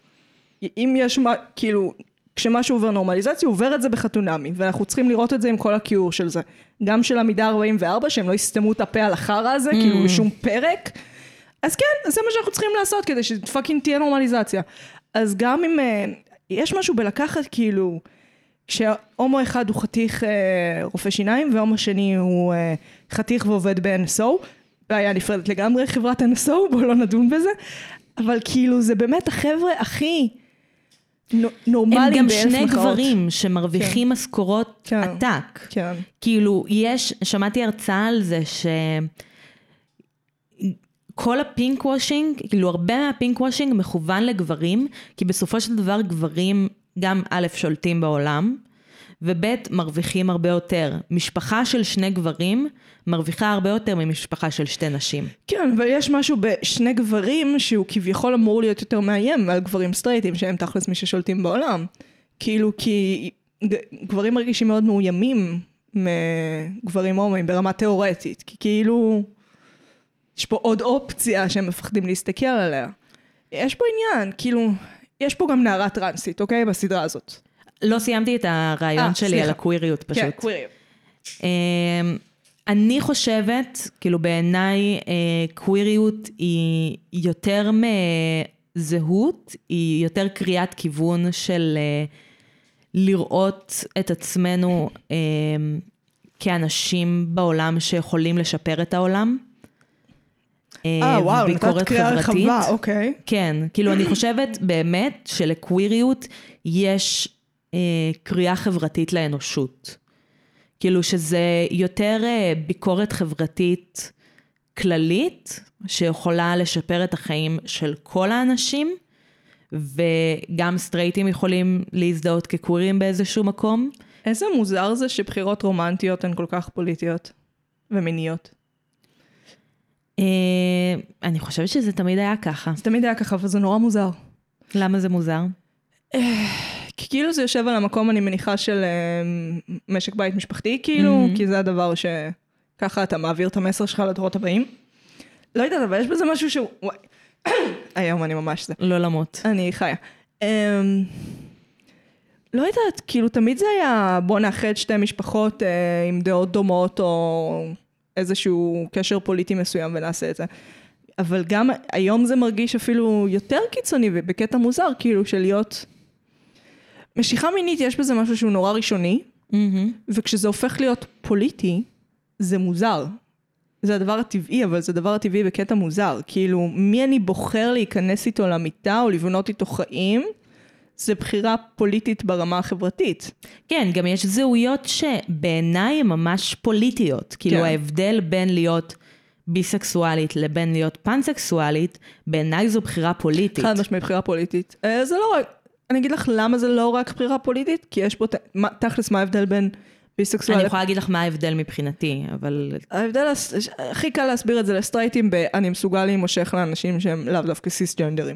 אם יש מה, כאילו, כשמשהו עובר נורמליזציה, עובר את זה בחתונמי, ואנחנו צריכים לראות את זה עם כל הכיעור של זה. גם של עמידה 44, שהם לא יסתמו את הפה על החרא הזה, כאילו בשום פרק. אז כן, זה מה שאנחנו צריכים לעשות כדי שפאקינג תהיה נורמליזציה. אז גם אם... אה, יש משהו בלקחת, כאילו... כשהומו אחד הוא חתיך אה, רופא שיניים והומו שני הוא אה, חתיך ועובד ב-NSO, בעיה נפרדת לגמרי, חברת NSO, בואו לא נדון בזה, אבל כאילו זה באמת החבר'ה הכי נו-
הם
נורמליים
גם
באלף
שני
מחאות.
גברים שמרוויחים כן. משכורות
כן.
עתק.
כן.
כאילו, יש, שמעתי הרצאה על זה ש... כל הפינק וושינג, כאילו הרבה מהפינק וושינג מכוון לגברים, כי בסופו של דבר גברים גם א', שולטים בעולם, וב', מרוויחים הרבה יותר. משפחה של שני גברים מרוויחה הרבה יותר ממשפחה של שתי נשים.
כן, אבל יש משהו בשני גברים שהוא כביכול אמור להיות יותר מאיים על גברים סטרייטים, שהם תכלס מי ששולטים בעולם. כאילו, כי ג- גברים מרגישים מאוד מאוימים מגברים הומואים ברמה תיאורטית, כי כאילו, יש פה עוד אופציה שהם מפחדים להסתכל עליה. יש פה עניין, כאילו, יש פה גם נערה טרנסית, אוקיי? בסדרה הזאת.
לא סיימתי את הרעיון
אה,
שלי
סליחה.
על הקוויריות פשוט.
כן, קווירים.
אמ, אני חושבת, כאילו בעיניי אה, קוויריות היא יותר מזהות, היא יותר קריאת כיוון של אה, לראות את עצמנו אמ, כאנשים בעולם שיכולים לשפר את העולם.
אה, וואו,
וביקורת
נתת קריאה
חברתית.
רחבה, אוקיי.
כן, כאילו אני חושבת באמת שלקוויריות יש אה, קריאה חברתית לאנושות. כאילו שזה יותר אה, ביקורת חברתית כללית, שיכולה לשפר את החיים של כל האנשים, וגם סטרייטים יכולים להזדהות כקווירים באיזשהו מקום.
איזה מוזר זה שבחירות רומנטיות הן כל כך פוליטיות ומיניות.
אה, אני חושבת שזה תמיד היה ככה.
זה תמיד היה ככה, אבל זה נורא מוזר.
למה זה מוזר?
כי כאילו זה יושב על המקום, אני מניחה, של אה, משק בית משפחתי, כאילו, כי זה הדבר שככה אתה מעביר את המסר שלך לדורות הבאים. לא יודעת, אבל יש בזה משהו שהוא... וואי. היום אני ממש זה.
לא למות.
אני חיה. אמ, לא יודעת, כאילו תמיד זה היה בוא נאחד שתי משפחות אה, עם דעות דומות או איזשהו קשר פוליטי מסוים ונעשה את זה. אבל גם היום זה מרגיש אפילו יותר קיצוני ובקטע מוזר, כאילו של להיות... משיכה מינית יש בזה משהו שהוא נורא ראשוני,
מהמם.
וכשזה הופך להיות פוליטי, זה מוזר. זה הדבר הטבעי, אבל זה הדבר הטבעי בקטע מוזר. כאילו, מי אני בוחר להיכנס איתו למיטה או לבנות איתו חיים, זה בחירה פוליטית ברמה החברתית.
כן, גם יש זהויות שבעיניי הן ממש פוליטיות. כאילו
כן.
ההבדל בין להיות ביסקסואלית לבין להיות פנסקסואלית, בעיניי זו בחירה פוליטית.
חד משמעית בחירה פוליטית. אה, זה לא רק... אני אגיד לך למה זה לא רק בחירה פוליטית, כי יש פה... ת- מה- תכלס, מה ההבדל בין ביסקסואל
אני יכולה להגיד לך מה ההבדל מבחינתי, אבל
ההבדל, הס- הכי קל להסביר את זה לסטרייטים ב- אני מסוגל להימשך לאנשים שהם לאו דווקא סיסג'נדרים.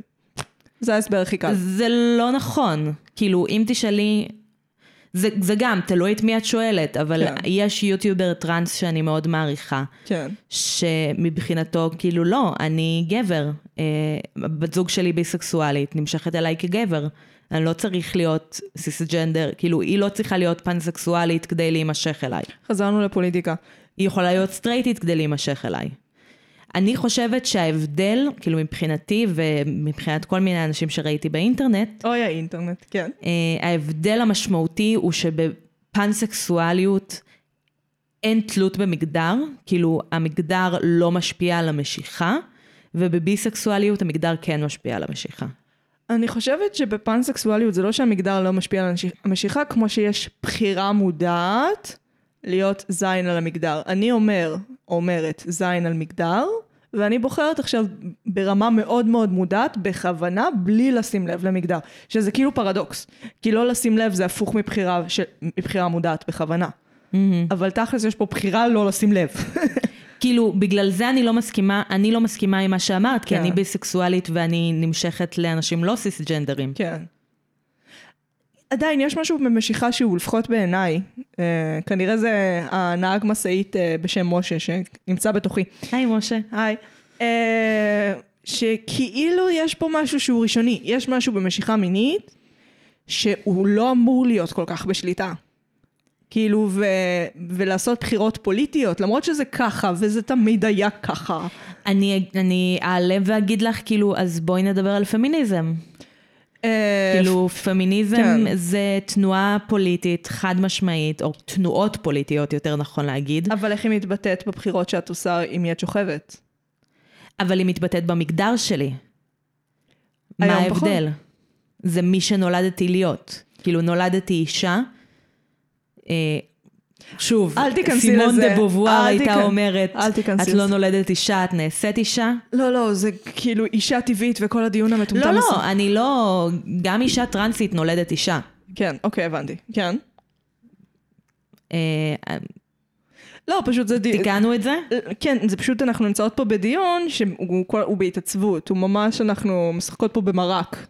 זה ההסבר הכי קל.
זה לא נכון. כאילו, אם תשאלי... זה, זה גם, תלוי את מי את שואלת, אבל
כן.
יש יוטיובר טראנס שאני מאוד מעריכה.
כן.
שמבחינתו, כאילו, לא, אני גבר. אה, בת זוג שלי ביסקסואלית, נמשכת אליי כגבר. אני לא צריך להיות סיסג'נדר, כאילו, היא לא צריכה להיות פנסקסואלית כדי להימשך אליי.
חזרנו לפוליטיקה.
היא יכולה להיות סטרייטית כדי להימשך אליי. אני חושבת שההבדל, כאילו מבחינתי ומבחינת כל מיני אנשים שראיתי באינטרנט,
אוי האינטרנט, כן.
אה, ההבדל המשמעותי הוא שבפנסקסואליות אין תלות במגדר, כאילו המגדר לא משפיע על המשיכה, ובביסקסואליות המגדר כן משפיע על המשיכה.
אני חושבת שבפנסקסואליות זה לא שהמגדר לא משפיע על המשיך- המשיכה, כמו שיש בחירה מודעת להיות זין על המגדר. אני אומר, אומרת, זין על מגדר, ואני בוחרת עכשיו ברמה מאוד מאוד מודעת, בכוונה, בלי לשים לב למגדר. שזה כאילו פרדוקס. כי לא לשים לב זה הפוך מבחירה, של, מבחירה מודעת, בכוונה. אבל תכלס יש פה בחירה לא לשים לב.
כאילו, בגלל זה אני לא מסכימה, אני לא מסכימה עם מה שאמרת, כי
כן.
אני ביסקסואלית ואני נמשכת לאנשים לא סיסג'נדרים.
כן. עדיין יש משהו במשיכה שהוא לפחות בעיניי, אה, כנראה זה הנהג משאית אה, בשם משה שנמצא בתוכי.
היי, משה.
היי. אה, שכאילו יש פה משהו שהוא ראשוני, יש משהו במשיכה מינית שהוא לא אמור להיות כל כך בשליטה. כאילו, ו... ולעשות בחירות פוליטיות, למרות שזה ככה, וזה תמיד היה ככה.
אני, אני אעלה ואגיד לך, כאילו, אז בואי נדבר על פמיניזם.
אה,
כאילו, פמיניזם
כן.
זה תנועה פוליטית חד משמעית, או תנועות פוליטיות, יותר נכון להגיד,
אבל איך היא מתבטאת בבחירות שאת עושה עם מי את שוכבת?
אבל היא מתבטאת במגדר שלי. מה
היום פחות.
ההבדל? זה מי שנולדתי להיות. כאילו, נולדתי אישה. אה, שוב,
אל תיכנסי
סימון
לזה.
דה בובואר
אל
הייתה
תיכנ-
אומרת,
אל תיכנסי
את לא
לזה."
נולדת אישה, את נעשית אישה.
לא, לא, זה כאילו אישה טבעית וכל הדיון המטומטם.
לא,
הזה.
לא, אני לא... גם אישה טרנסית נולדת אישה.
כן, אוקיי, הבנתי. כן.
אה,
לא, פשוט זה דיון.
תיקנו את זה?
כן, זה פשוט אנחנו נמצאות פה בדיון שהוא כל- הוא בהתעצבות, הוא ממש, אנחנו משחקות פה במרק.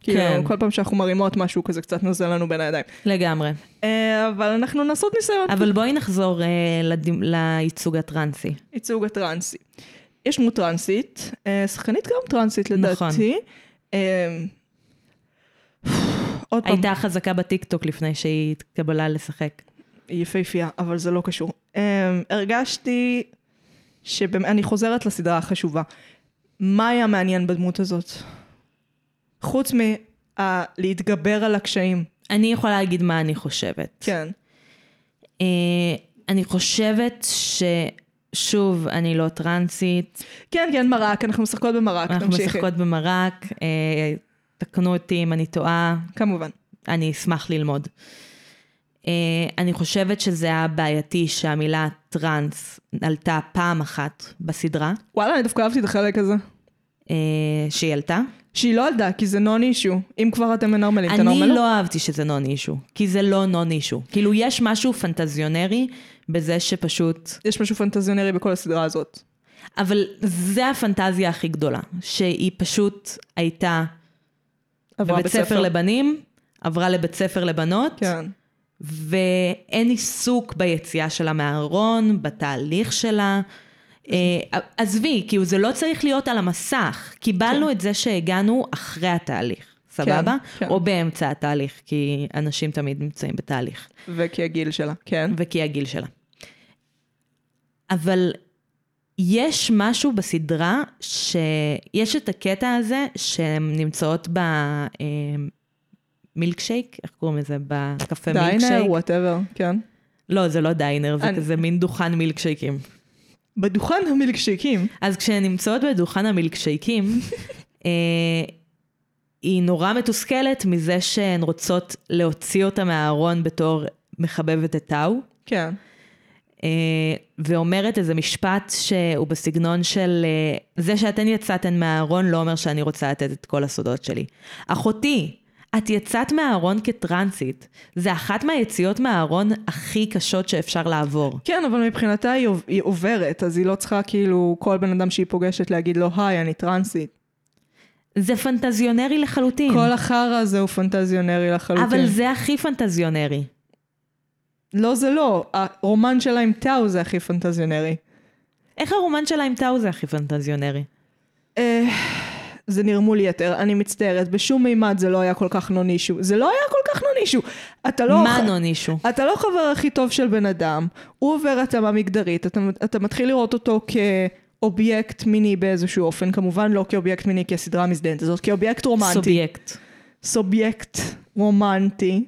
כאילו,
כן.
כל פעם שאנחנו מרימות משהו כזה קצת נוזל לנו בין הידיים.
לגמרי.
אה, אבל אנחנו נעשות ניסיון.
אבל בואי נחזור אה, לדימ- לייצוג הטרנסי.
ייצוג הטרנסי. יש דמות טרנסית, אה, שחקנית גם טרנסית לדעתי.
נכון.
אה, עוד פעם,
הייתה חזקה בטיקטוק לפני שהיא התקבלה לשחק.
היא יפהפייה, אבל זה לא קשור. Um, הרגשתי שבאמת, אני חוזרת לסדרה החשובה. מה היה מעניין בדמות הזאת? חוץ מלהתגבר על הקשיים.
אני יכולה להגיד מה אני חושבת.
כן.
אה, אני חושבת ש... שוב, אני לא טרנסית,
כן, כן, מרק, אנחנו משחקות במרק,
אנחנו
תמשיכי.
משחקות במרק, אה, תקנו אותי אם אני טועה,
כמובן.
אני אשמח ללמוד. אה, אני חושבת שזה היה בעייתי שהמילה טרנס עלתה פעם אחת בסדרה,
וואלה, אני דווקא אהבתי את החלק הזה.
אה, שהיא עלתה.
שהיא לא עלתה, כי זה נון אישיו. אם כבר אתם מנרמלים,
אני
תנרמלו.
לא אהבתי שזה נון אישו, כי זה לא נון אישו. כאילו, יש משהו פנטזיונרי בזה שפשוט...
יש משהו פנטזיונרי בכל הסדרה הזאת.
אבל זה הפנטזיה הכי גדולה, שהיא פשוט הייתה
עברה
בבית ספר לבנים, עברה לבית ספר לבנות,
כן.
ואין עיסוק ביציאה שלה מהארון, בתהליך שלה. אה, עזבי, כאילו זה לא צריך להיות על המסך. קיבלנו את זה שהגענו אחרי התהליך, סבבה?
כן.
או באמצע התהליך, כי אנשים תמיד נמצאים בתהליך.
וכי הגיל שלה. כן.
וכי הגיל שלה. אבל יש משהו בסדרה, שיש את הקטע הזה שהן נמצאות במילקשייק, איך קוראים לזה? בקפה
דיינר,
מילקשייק?
וואטאבר. כן.
לא, זה לא דיינר, זה
אני-
כזה מין דוכן מילקשייקים.
בדוכן המילקשיקים.
אז כשהן נמצאות בדוכן המילקשייקים, אה, היא נורא מתוסכלת מזה שהן רוצות להוציא אותה מהארון בתור מחבבת את טאו.
כן.
אה, ואומרת איזה משפט שהוא בסגנון של אה, זה שאתן יצאתן מהארון לא אומר שאני רוצה לתת את כל הסודות שלי. אחותי, את יצאת מהארון כטרנסית. זה אחת מהיציאות מהארון הכי קשות שאפשר לעבור.
כן, אבל מבחינתה היא, עוב- היא עוברת, אז היא לא צריכה כאילו כל בן אדם שהיא פוגשת להגיד לו, היי, אני טרנסית.
זה פנטזיונרי לחלוטין.
כל החרא הזה הוא פנטזיונרי לחלוטין.
כן. אבל זה הכי פנטזיונרי.
לא, זה לא. הרומן שלה עם טאו זה הכי פנטזיונרי.
איך הרומן שלה עם טאו זה הכי פנטזיונרי?
אה, זה נרמול יתר, אני מצטערת. בשום מימד זה לא היה כל כך נון אישו. זה לא היה כל כך נון אישו. אתה לא...
מה נון אישו?
אתה לא חבר הכי טוב של בן אדם, הוא עובר התאמה מגדרית, אתה, אתה מתחיל לראות אותו כאובייקט מיני באיזשהו אופן, כמובן לא כאובייקט מיני, כי הסדרה המזדיינת הזאת, כאובייקט רומנטי.
סובייקט.
סובייקט רומנטי,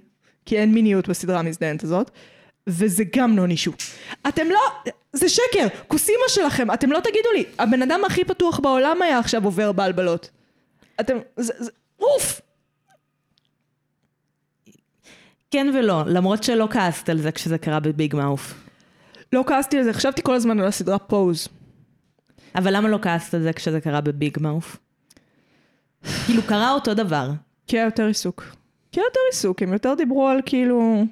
כי אין מיניות בסדרה המזדיינת הזאת, וזה גם נון אישו. אתם לא, זה שקר, כוסימה שלכם, אתם לא תגידו לי, הבן אדם הכי פתוח בעולם היה עכשיו עובר בהלבלות. אתם, זה, זה, אוף!
כן ולא, למרות שלא כעסת על זה כשזה קרה בביג מאוף.
לא כעסתי על זה, חשבתי כל הזמן על הסדרה פוז.
אבל למה לא כעסת על זה כשזה קרה בביג מאוף? כאילו קרה אותו דבר.
כי היה יותר עיסוק. כי היה יותר עיסוק, הם יותר דיברו על כאילו...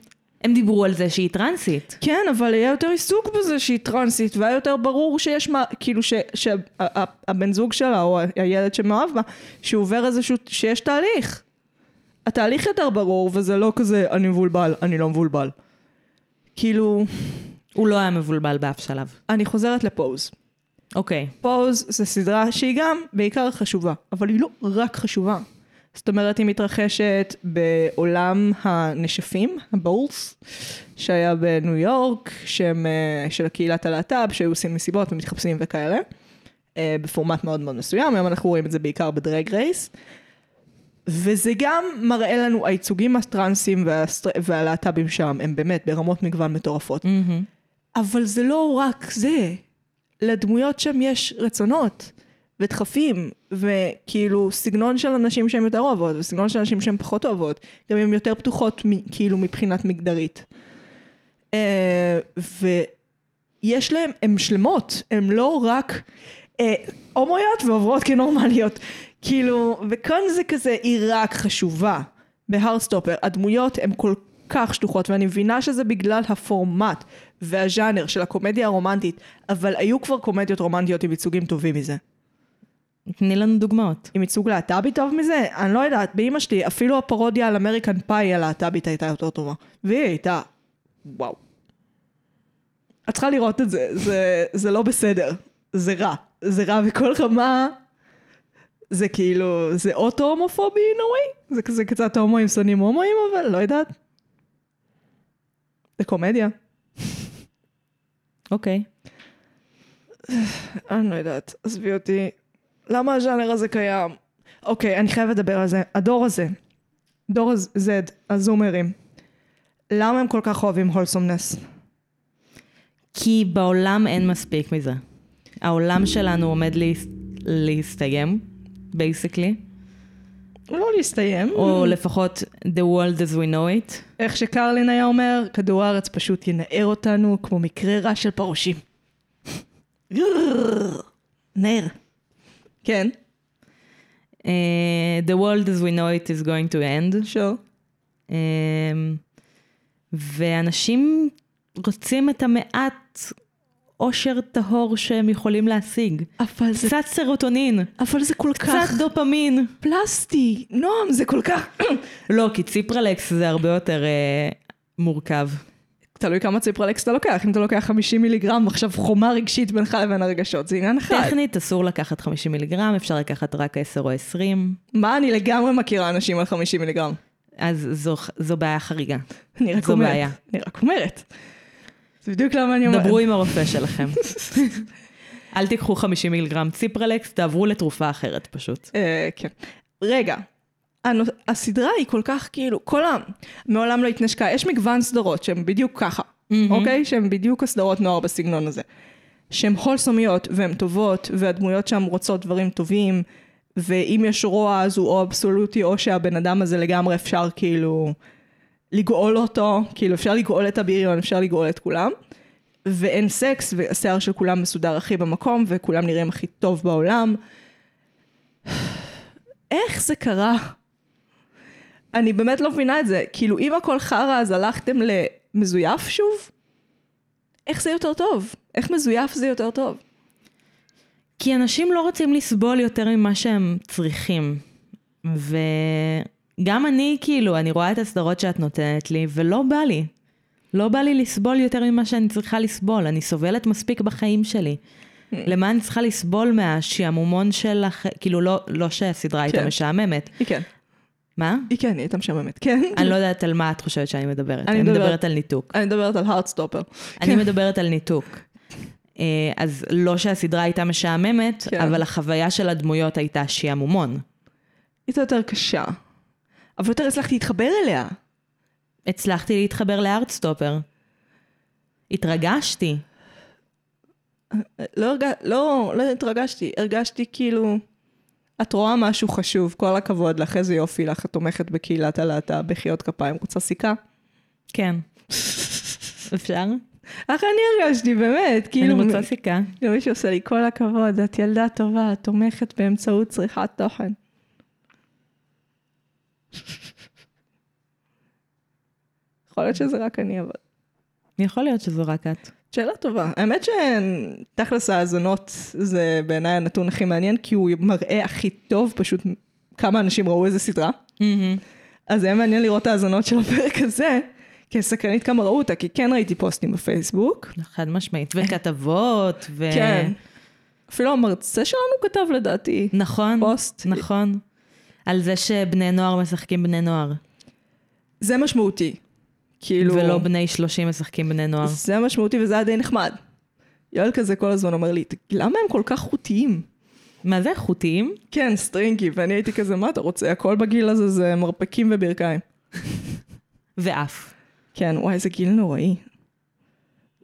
הם דיברו על זה שהיא טרנסית.
כן, אבל היה יותר עיסוק בזה שהיא טרנסית, והיה יותר ברור שיש מה, כאילו שהבן זוג שלה, או ה- הילד שמאוהב בה, שעובר איזשהו, שיש תהליך. התהליך יותר ברור, וזה לא כזה, אני מבולבל, אני לא מבולבל. כאילו,
הוא לא היה מבולבל באף שלב.
אני חוזרת לפוז.
אוקיי.
פוז זה סדרה שהיא גם בעיקר חשובה, אבל היא לא רק חשובה. זאת אומרת, היא מתרחשת בעולם הנשפים, הבולס, שהיה בניו יורק, שהם אה, של הקהילת הלהט"ב, שהיו עושים מסיבות ומתחפשים וכאלה, אה, בפורמט מאוד מאוד מסוים, היום אנחנו רואים את זה בעיקר בדרג רייס. וזה גם מראה לנו, הייצוגים הטרנסים והסטר... והלהט"בים שם, הם באמת ברמות מגוון מטורפות. אבל זה לא רק זה. לדמויות שם יש רצונות ודחפים, וכאילו סגנון של אנשים שהן יותר אוהבות, וסגנון של אנשים שהן פחות אוהבות, גם הן יותר פתוחות מ- כאילו מבחינת מגדרית. אה, ויש להן, הן שלמות, הן לא רק אה, הומואיות ועוברות כנורמליות. כאילו, וכאן זה כזה, היא רק חשובה. בהרסטופר, הדמויות הן כל כך שטוחות, ואני מבינה שזה בגלל הפורמט והז'אנר של הקומדיה הרומנטית, אבל היו כבר קומדיות רומנטיות עם ייצוגים טובים מזה.
תני לנו דוגמאות.
עם ייצוג להט"בי טוב מזה? אני לא יודעת, באימא שלי אפילו הפרודיה על אמריקן פאי הלהט"בית הייתה יותר טובה. והיא הייתה, וואו. את צריכה לראות את זה, זה, זה לא בסדר. זה רע. זה רע בכל רמה. זה כאילו, זה אוטו-הומופובי in a way? זה כזה קצת הומואים שונאים הומואים, אבל לא יודעת. זה קומדיה.
אוקיי.
אני לא יודעת, עזבי אותי. למה הז'אנר הזה קיים? אוקיי, אני חייבת לדבר על זה. הדור הזה, דור ה-Z, הזומרים, למה הם כל כך אוהבים הולסומנס?
כי בעולם אין מספיק מזה. העולם שלנו עומד להס... להסתיים, בייסיקלי,
לא להסתיים.
או לפחות the world as we know it.
איך שקרלין היה אומר, כדור הארץ פשוט ינער אותנו כמו מקרה רע של פרושים. גררררר. נער. כן.
Uh, the world as we know it is going to end.
שור.
Um, ואנשים רוצים את המעט אושר טהור שהם יכולים להשיג.
אבל זה,
קצת סרוטונין,
אבל זה כל כך
קצת דופמין.
פלסטי. נועם, זה כל כך...
לא, כי ציפרלקס זה הרבה יותר uh, מורכב.
תלוי כמה ציפרלקס אתה לוקח, אם אתה לוקח 50 מיליגרם, עכשיו חומה רגשית בינך לבין הרגשות, זה עניין אחד.
טכנית אסור לקחת 50 מיליגרם, אפשר לקחת רק 10 או 20,
מה, אני לגמרי מכירה אנשים על 50 מיליגרם.
אז זו, זו בעיה חריגה.
אני רק
זו
אומרת.
בעיה.
אני רק אומרת. זה בדיוק למה אני אומרת.
דברו עם הרופא שלכם. אל תיקחו 50 מיליגרם ציפרלקס, תעברו לתרופה אחרת פשוט.
אה, כן. רגע, הנו- הסדרה היא כל כך כאילו, כל ה... מעולם לא התנשקה, יש מגוון סדרות שהן בדיוק ככה, אוקיי? שהן בדיוק הסדרות נוער בסגנון הזה. שהן הולסומיות והן טובות, והדמויות שם רוצות דברים טובים, ואם יש רוע אז הוא או אבסולוטי או שהבן אדם הזה לגמרי אפשר כאילו לגאול אותו, כאילו אפשר לגאול את הבריון, אפשר לגאול את כולם. ואין סקס, והשיער של כולם מסודר הכי במקום, וכולם נראים הכי טוב בעולם, איך זה קרה? אני באמת לא מבינה את זה. כאילו, אם הכל חרא, אז הלכתם למזויף שוב? איך זה יותר טוב? איך מזויף זה יותר טוב?
כי אנשים לא רוצים לסבול יותר ממה שהם צריכים. וגם אני, כאילו, אני רואה את הסדרות שאת נותנת לי, ולא בא לי. לא בא לי לסבול יותר ממה שאני צריכה לסבול. אני סובלת מספיק בחיים שלי. למה אני צריכה לסבול מהשעמומון של הח... כאילו, לא, לא שהסדרה הייתה
כן.
משעממת,
כן.
מה?
היא כן, היא הייתה משעממת, כן.
אני לא יודעת על מה את חושבת שאני מדברת.
אני
אני
מדברת-
מדברת על ניתוק.
אני מדברת על הארדסטופר.
אני מדברת על ניתוק. אה, אז לא שהסדרה הייתה משעממת,
כן.
אבל החוויה של הדמויות הייתה שעמומון.
הייתה יותר קשה. אבל יותר הצלחתי להתחבר אליה.
הצלחתי להתחבר לארטסטופר. התרגשתי.
לא, הרג... לא, לא התרגשתי, הרגשתי כאילו... את רואה משהו חשוב, כל הכבוד לך, איזה יופי לך, את תומכת בקהילת הלהט"ב, בחיות כפיים, רוצה סיכה?
כן. אפשר?
ככה אני הרגשתי, באמת, כאילו...
אני רוצה סיכה.
גם מישהו עושה לי, כל הכבוד, את ילדה טובה, את תומכת באמצעות צריכת תוכן. יכול להיות שזה רק אני, אבל...
יכול להיות שזו רק את.
שאלה טובה. האמת שתכלס ההאזנות זה בעיניי הנתון הכי מעניין, כי הוא מראה הכי טוב פשוט כמה אנשים ראו איזה סדרה. אז זה היה מעניין לראות את ההאזנות של הפרק הזה, כי סקרנית כמה ראו אותה, כי כן ראיתי פוסטים בפייסבוק.
חד משמעית. וכתבות, ו...
כן. אפילו המרצה שלנו כתב לדעתי.
נכון.
פוסט.
נכון. על זה שבני נוער משחקים בני נוער.
זה משמעותי. כאילו...
ולא בני 30 משחקים בני נוער.
זה משמעותי וזה היה די נחמד. יואל כזה כל הזמן אומר לי, "תגיד, למה הם כל כך חוטיים?
מה זה, חוטיים?
כן, סטרינגי, ואני הייתי כזה, מה אתה רוצה? הכל בגיל הזה זה מרפקים וברכיים.
ואף.
כן, וואי, זה גיל נוראי.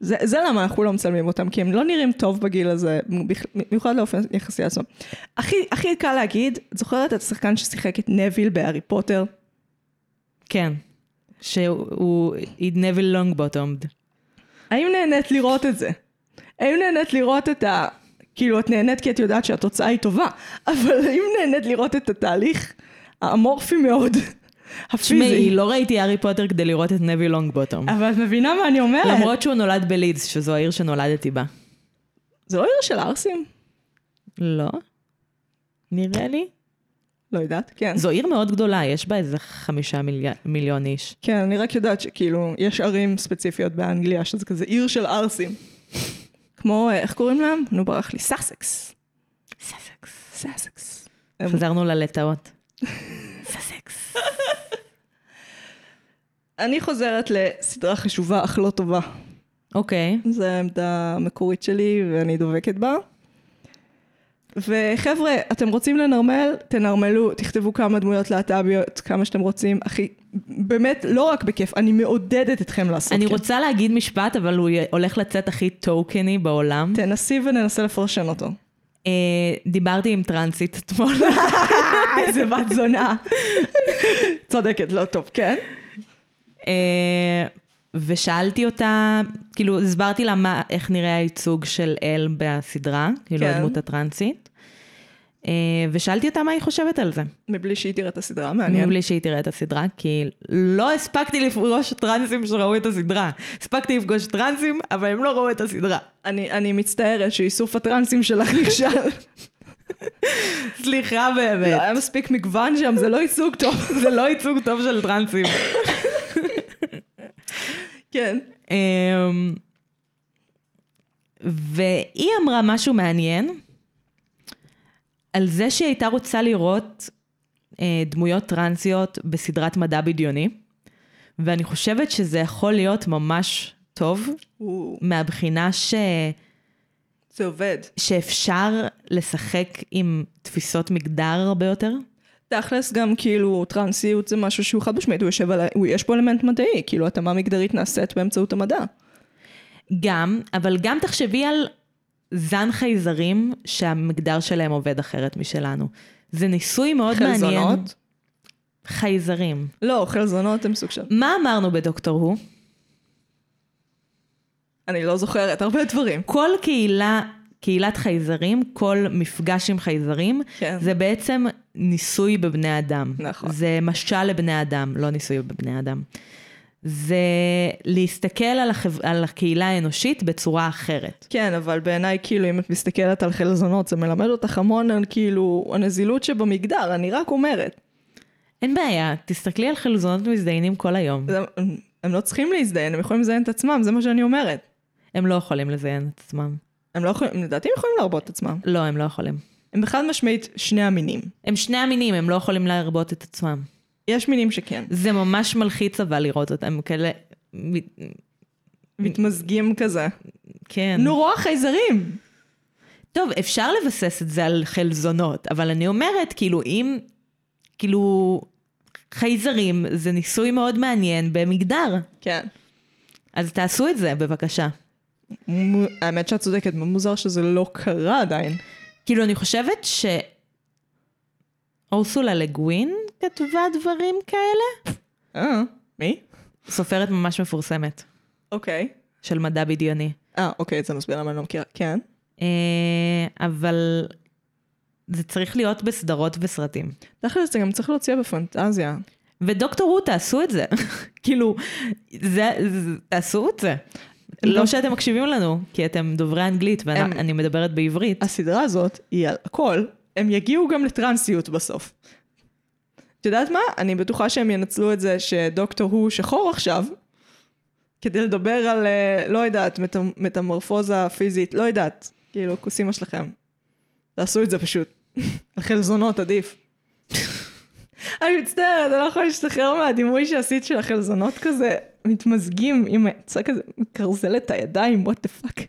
זה, זה למה אנחנו לא מצלמים אותם, כי הם לא נראים טוב בגיל הזה, בכ- במיוחד לאופן יחסי עצמם. הכי, הכי קל להגיד, את זוכרת את השחקן ששיחק את נביל בהארי פוטר?
כן. שהוא נביל לונגבוטומד.
האם נהנית לראות את זה? האם נהנית לראות את ה... כאילו, את נהנית כי את יודעת שהתוצאה היא טובה, אבל האם נהנית לראות את התהליך האמורפי מאוד,
תשמעי,
הפיזי?
לא ראיתי הארי פוטר כדי לראות את נביל לונגבוטום.
אבל את מבינה מה אני אומרת?
לא- למרות שהוא נולד בלידס, שזו העיר שנולדתי בה.
זה לא עיר של ערסים?
לא? נראה לי.
לא יודעת, כן.
זו עיר מאוד גדולה, יש בה איזה חמישה מיליון, מיליון איש.
כן, אני רק יודעת שכאילו, יש ערים ספציפיות באנגליה שזה כזה עיר של ערסים. כמו, אה, איך קוראים להם? נו, ברח לי. סאסקס.
ססקס.
סאסקס.
חזרנו ללטאות. ססקס.
אני חוזרת לסדרה חשובה אך לא טובה.
אוקיי.
זו העמדה המקורית שלי ואני דבקת בה. וחבר'ה, אתם רוצים לנרמל? תנרמלו, תכתבו כמה דמויות להט"ביות, כמה שאתם רוצים. אחי, באמת, לא רק בכיף, אני מעודדת אתכם לעשות
אני
כן.
רוצה להגיד משפט, אבל הוא י- הולך לצאת הכי טוקני בעולם.
תנסי וננסה לפרשן אותו.
אה, דיברתי עם טרנסית אתמול.
איזה בת זונה. צודקת, לא טוב, כן?
אה, ושאלתי אותה, כאילו הסברתי לה מה, איך נראה הייצוג של אל בסדרה, כאילו
כן.
הדמות הטרנסית, אה, ושאלתי אותה מה היא חושבת על זה,
מבלי שהיא תראה את הסדרה, מעניין.
מבלי שהיא תראה את הסדרה, כי לא הספקתי לפגוש טרנסים שראו את הסדרה. הספקתי לפגוש טרנסים, אבל הם לא ראו את הסדרה.
אני, אני מצטערת שאיסוף הטרנסים שלך נכשל.
סליחה
לא
באמת.
היה מספיק מגוון שם, זה לא ייצוג טוב.
זה לא ייצוג טוב של טרנסים.
כן.
אמ, והיא אמרה משהו מעניין על זה שהיא הייתה רוצה לראות אה, דמויות טרנסיות בסדרת מדע בדיוני, ואני חושבת שזה יכול להיות ממש טוב מהבחינה ש...
זה עובד.
שאפשר לשחק עם תפיסות מגדר הרבה יותר.
תכלס גם כאילו טרנסיות זה משהו שהוא חד משמעית, הוא יושב על ה... הוא- יש פה אלמנט מדעי, כאילו התאמה מגדרית נעשית באמצעות המדע.
גם, אבל גם תחשבי על זן חייזרים שהמגדר שלהם עובד אחרת משלנו. זה ניסוי מאוד מעניין.
חלזונות?
חייזרים.
לא, חלזונות הם סוג של...
מה אמרנו בדוקטור הוא?
אני לא זוכרת, הרבה דברים.
כל קהילה, קהילת חייזרים, כל מפגש עם חייזרים,
כן.
זה בעצם ניסוי בבני אדם.
נכון.
זה משל לבני אדם, לא ניסוי בבני אדם. זה להסתכל על, החב... על הקהילה האנושית בצורה אחרת.
כן, אבל בעיניי, כאילו, אם את מסתכלת על חלזונות, זה מלמד אותך המון על כאילו הנזילות שבמגדר, אני רק אומרת.
אין בעיה, תסתכלי על חלזונות מזדיינים כל היום.
זה- הם לא צריכים להזדיין, הם יכולים לזיין את עצמם, זה מה שאני אומרת.
הם לא יכולים לזיין את עצמם.
הם לא יכולים, לדעתי הם יכולים להרבות את עצמם.
לא, הם לא יכולים.
הם בחד משמעית שני המינים.
הם שני המינים, הם לא יכולים להרבות את עצמם.
יש מינים שכן.
זה ממש מלחיץ אבל לראות אותם כאלה... מ-
מתמזגים כזה.
כן.
נורו החייזרים!
טוב, אפשר לבסס את זה על חלזונות, אבל אני אומרת, כאילו, אם... כאילו... חייזרים זה ניסוי מאוד מעניין במגדר,
כן.
אז תעשו את זה בבקשה.
מ- האמת שאת צודקת, מוזר שזה לא קרה עדיין.
כאילו, אני חושבת ש... אורסולה לגווין כתבה דברים כאלה?
אה, מי?
סופרת ממש מפורסמת,
אוקיי.
של מדע בדיוני.
אה, אוקיי, זה מסביר למה אני לא מכירה. כן.
אה, אבל זה צריך להיות בסדרות וסרטים.
תכל'ס, זה גם צריך להוציא בפנטזיה.
ודוקטור רות, תעשו את זה. כאילו, זה, זה, תעשו את זה. לא שאתם מקשיבים לנו, כי אתם דוברי אנגלית
הם-
ואני מדברת בעברית.
הסדרה הזאת היא על הכל. הם יגיעו גם לטרנסיות בסוף. את יודעת מה? אני בטוחה שהם ינצלו את זה שדוקטור הוא שחור עכשיו, כדי לדבר על, אה, לא יודעת, מטמ- מטמורפוזה פיזית, לא יודעת. כאילו, כוסימה שלכם. תעשו את זה פשוט. על חלזונות עדיף. אני מצטערת, אני לא יכולה להשתחרר מהדימוי שעשית של החלזונות כזה, מתמזגים עם העצה כזה, מקרזל את הידיים, what the fuck.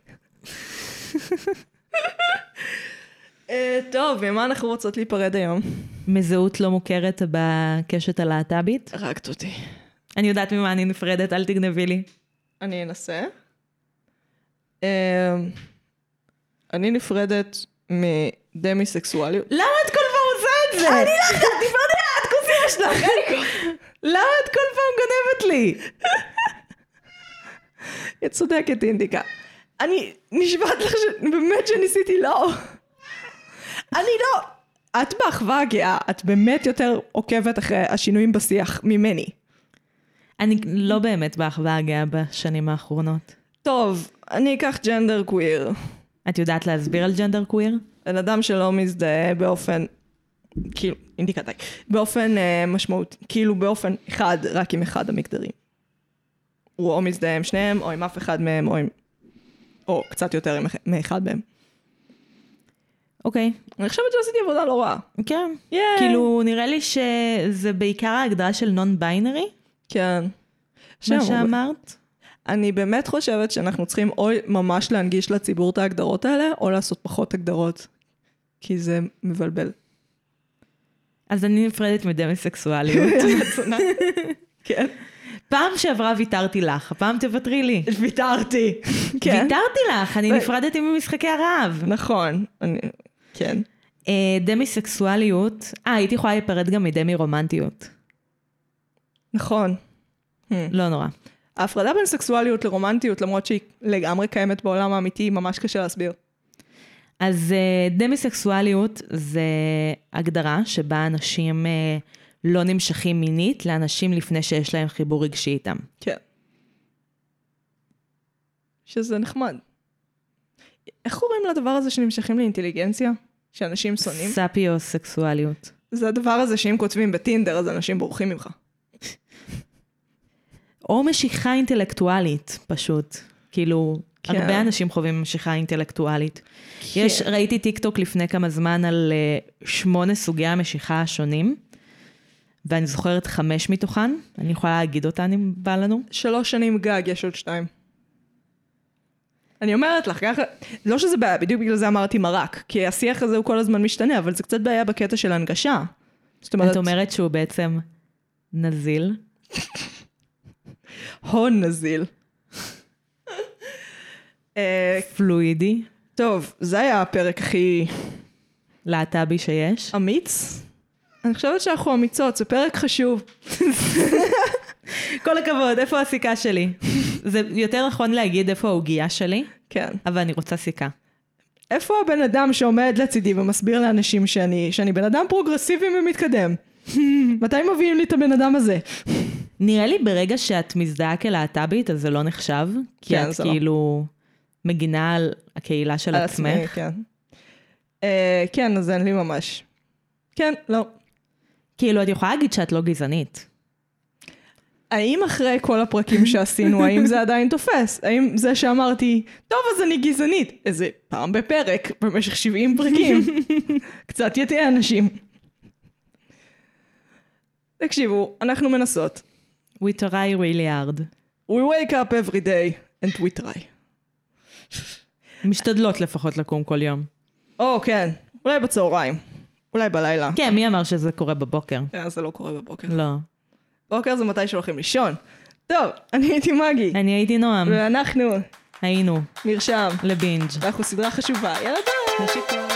אה, טוב, ממה אנחנו רוצות להיפרד היום?
מזהות לא מוכרת בקשת הלהט"בית.
הרגת אותי.
אני יודעת ממה אני נפרדת, אל תגנבי לי.
אני אנסה. אה, אני נפרדת מדמיסקסואליות.
למה את כל פעם עושה את זה? אני לא יודעת, דיברתי על התקופים שלך.
לא,
למה את כל פעם גונבת לי?
את צודקת, אינדיקה. אני נשבעת לך ש... באמת שניסיתי לא. אני לא... את באחווה הגאה, את באמת יותר עוקבת אחרי השינויים בשיח ממני.
אני לא באמת באחווה הגאה בשנים האחרונות.
טוב, אני אקח ג'נדר קוויר.
את יודעת להסביר על ג'נדר קוויר?
בן אדם שלא מזדהה באופן... כאילו, אינדיקה די. באופן אה, משמעות, כאילו באופן אחד, רק עם אחד המגדרים. הוא או מזדהה עם שניהם, או עם אף אחד מהם, או עם... או קצת יותר עם אח- מאחד מהם.
אוקיי.
אני חושבת שעשיתי עבודה לא רעה.
כן.
ייי.
כאילו, נראה לי שזה בעיקר ההגדרה של נון ביינרי,
כן.
מה
שאמרו.
שאמרת.
אני באמת חושבת שאנחנו צריכים או ממש להנגיש לציבור את ההגדרות האלה, או לעשות פחות הגדרות. כי זה מבלבל.
אז אני נפרדת מדמיסקסואליות.
כן.
פעם שעברה ויתרתי לך, הפעם תוותרי לי.
ויתרתי. כן.
ויתרתי לך, אני נפרדתי ממשחקי הרעב.
נכון. אני... כן.
אה, דמיסקסואליות, אה, הייתי יכולה להיפרד גם מדמי רומנטיות.
נכון.
לא נורא.
ההפרדה בין סקסואליות לרומנטיות, למרות שהיא לגמרי קיימת בעולם האמיתי, ממש קשה להסביר.
אז אה, דמיסקסואליות זה הגדרה שבה אנשים אה, לא נמשכים מינית לאנשים לפני שיש להם חיבור רגשי איתם.
כן. שזה נחמד. איך קוראים לדבר הזה שנמשכים לאינטליגנציה? שאנשים שונאים?
ספיוסקסואליות.
זה הדבר הזה שאם כותבים בטינדר אז אנשים בורחים ממך.
או משיכה אינטלקטואלית, פשוט. כאילו,
כן.
כן. הרבה אנשים חווים משיכה אינטלקטואלית. כן. יש, ראיתי טיק טוק לפני כמה זמן על אה, שמונה סוגי המשיכה השונים, ואני זוכרת חמש מתוכן, אני יכולה להגיד אותן אם בא לנו.
שלוש שנים גג, יש עוד שתיים. אני אומרת לך, ככה, לא שזה בעיה, בדיוק בגלל זה אמרתי מרק, כי השיח הזה הוא כל הזמן משתנה, אבל זה קצת בעיה בקטע של הנגשה. זאת אומרת,
את אומרת שהוא בעצם נזיל.
הון נזיל. אה,
פלואידי,
טוב, זה היה הפרק הכי
להט"בי שיש.
אמיץ. אני חושבת שאנחנו אמיצות, זה פרק חשוב.
כל הכבוד, איפה הסיכה שלי? זה יותר נכון להגיד איפה העוגייה שלי,
כן.
אבל אני רוצה סיכה.
איפה הבן אדם שעומד לצידי ומסביר לאנשים שאני, שאני בן אדם פרוגרסיבי ומתקדם? מתי מביאים לי את הבן אדם הזה?
נראה לי ברגע שאת מזדהה כלהט"בית, אז זה לא נחשב, כי
כן,
את
זה לא.
כאילו מגינה על הקהילה של
על עצמי,
עצמך.
כן. אה, כן, אז אין לי ממש. כן, לא.
כאילו, את יכולה להגיד שאת לא גזענית.
האם אחרי כל הפרקים שעשינו, האם זה עדיין תופס? האם זה שאמרתי, טוב, אז אני גזענית, איזה פעם בפרק, במשך 70 פרקים, קצת יטעה אנשים. תקשיבו, אנחנו מנסות.
We try really hard.
We wake up every day and we try.
משתדלות לפחות לקום כל יום.
או, כן, אולי בצהריים, אולי בלילה.
כן, מי אמר שזה קורה בבוקר?
כן, זה לא קורה בבוקר.
לא.
בוקר זה מתי שהולכים לישון. טוב, אני הייתי מגי,
אני הייתי נועם,
ואנחנו
היינו,
מרשם.
לבינג'.
אנחנו סדרה חשובה. יאללה ביי!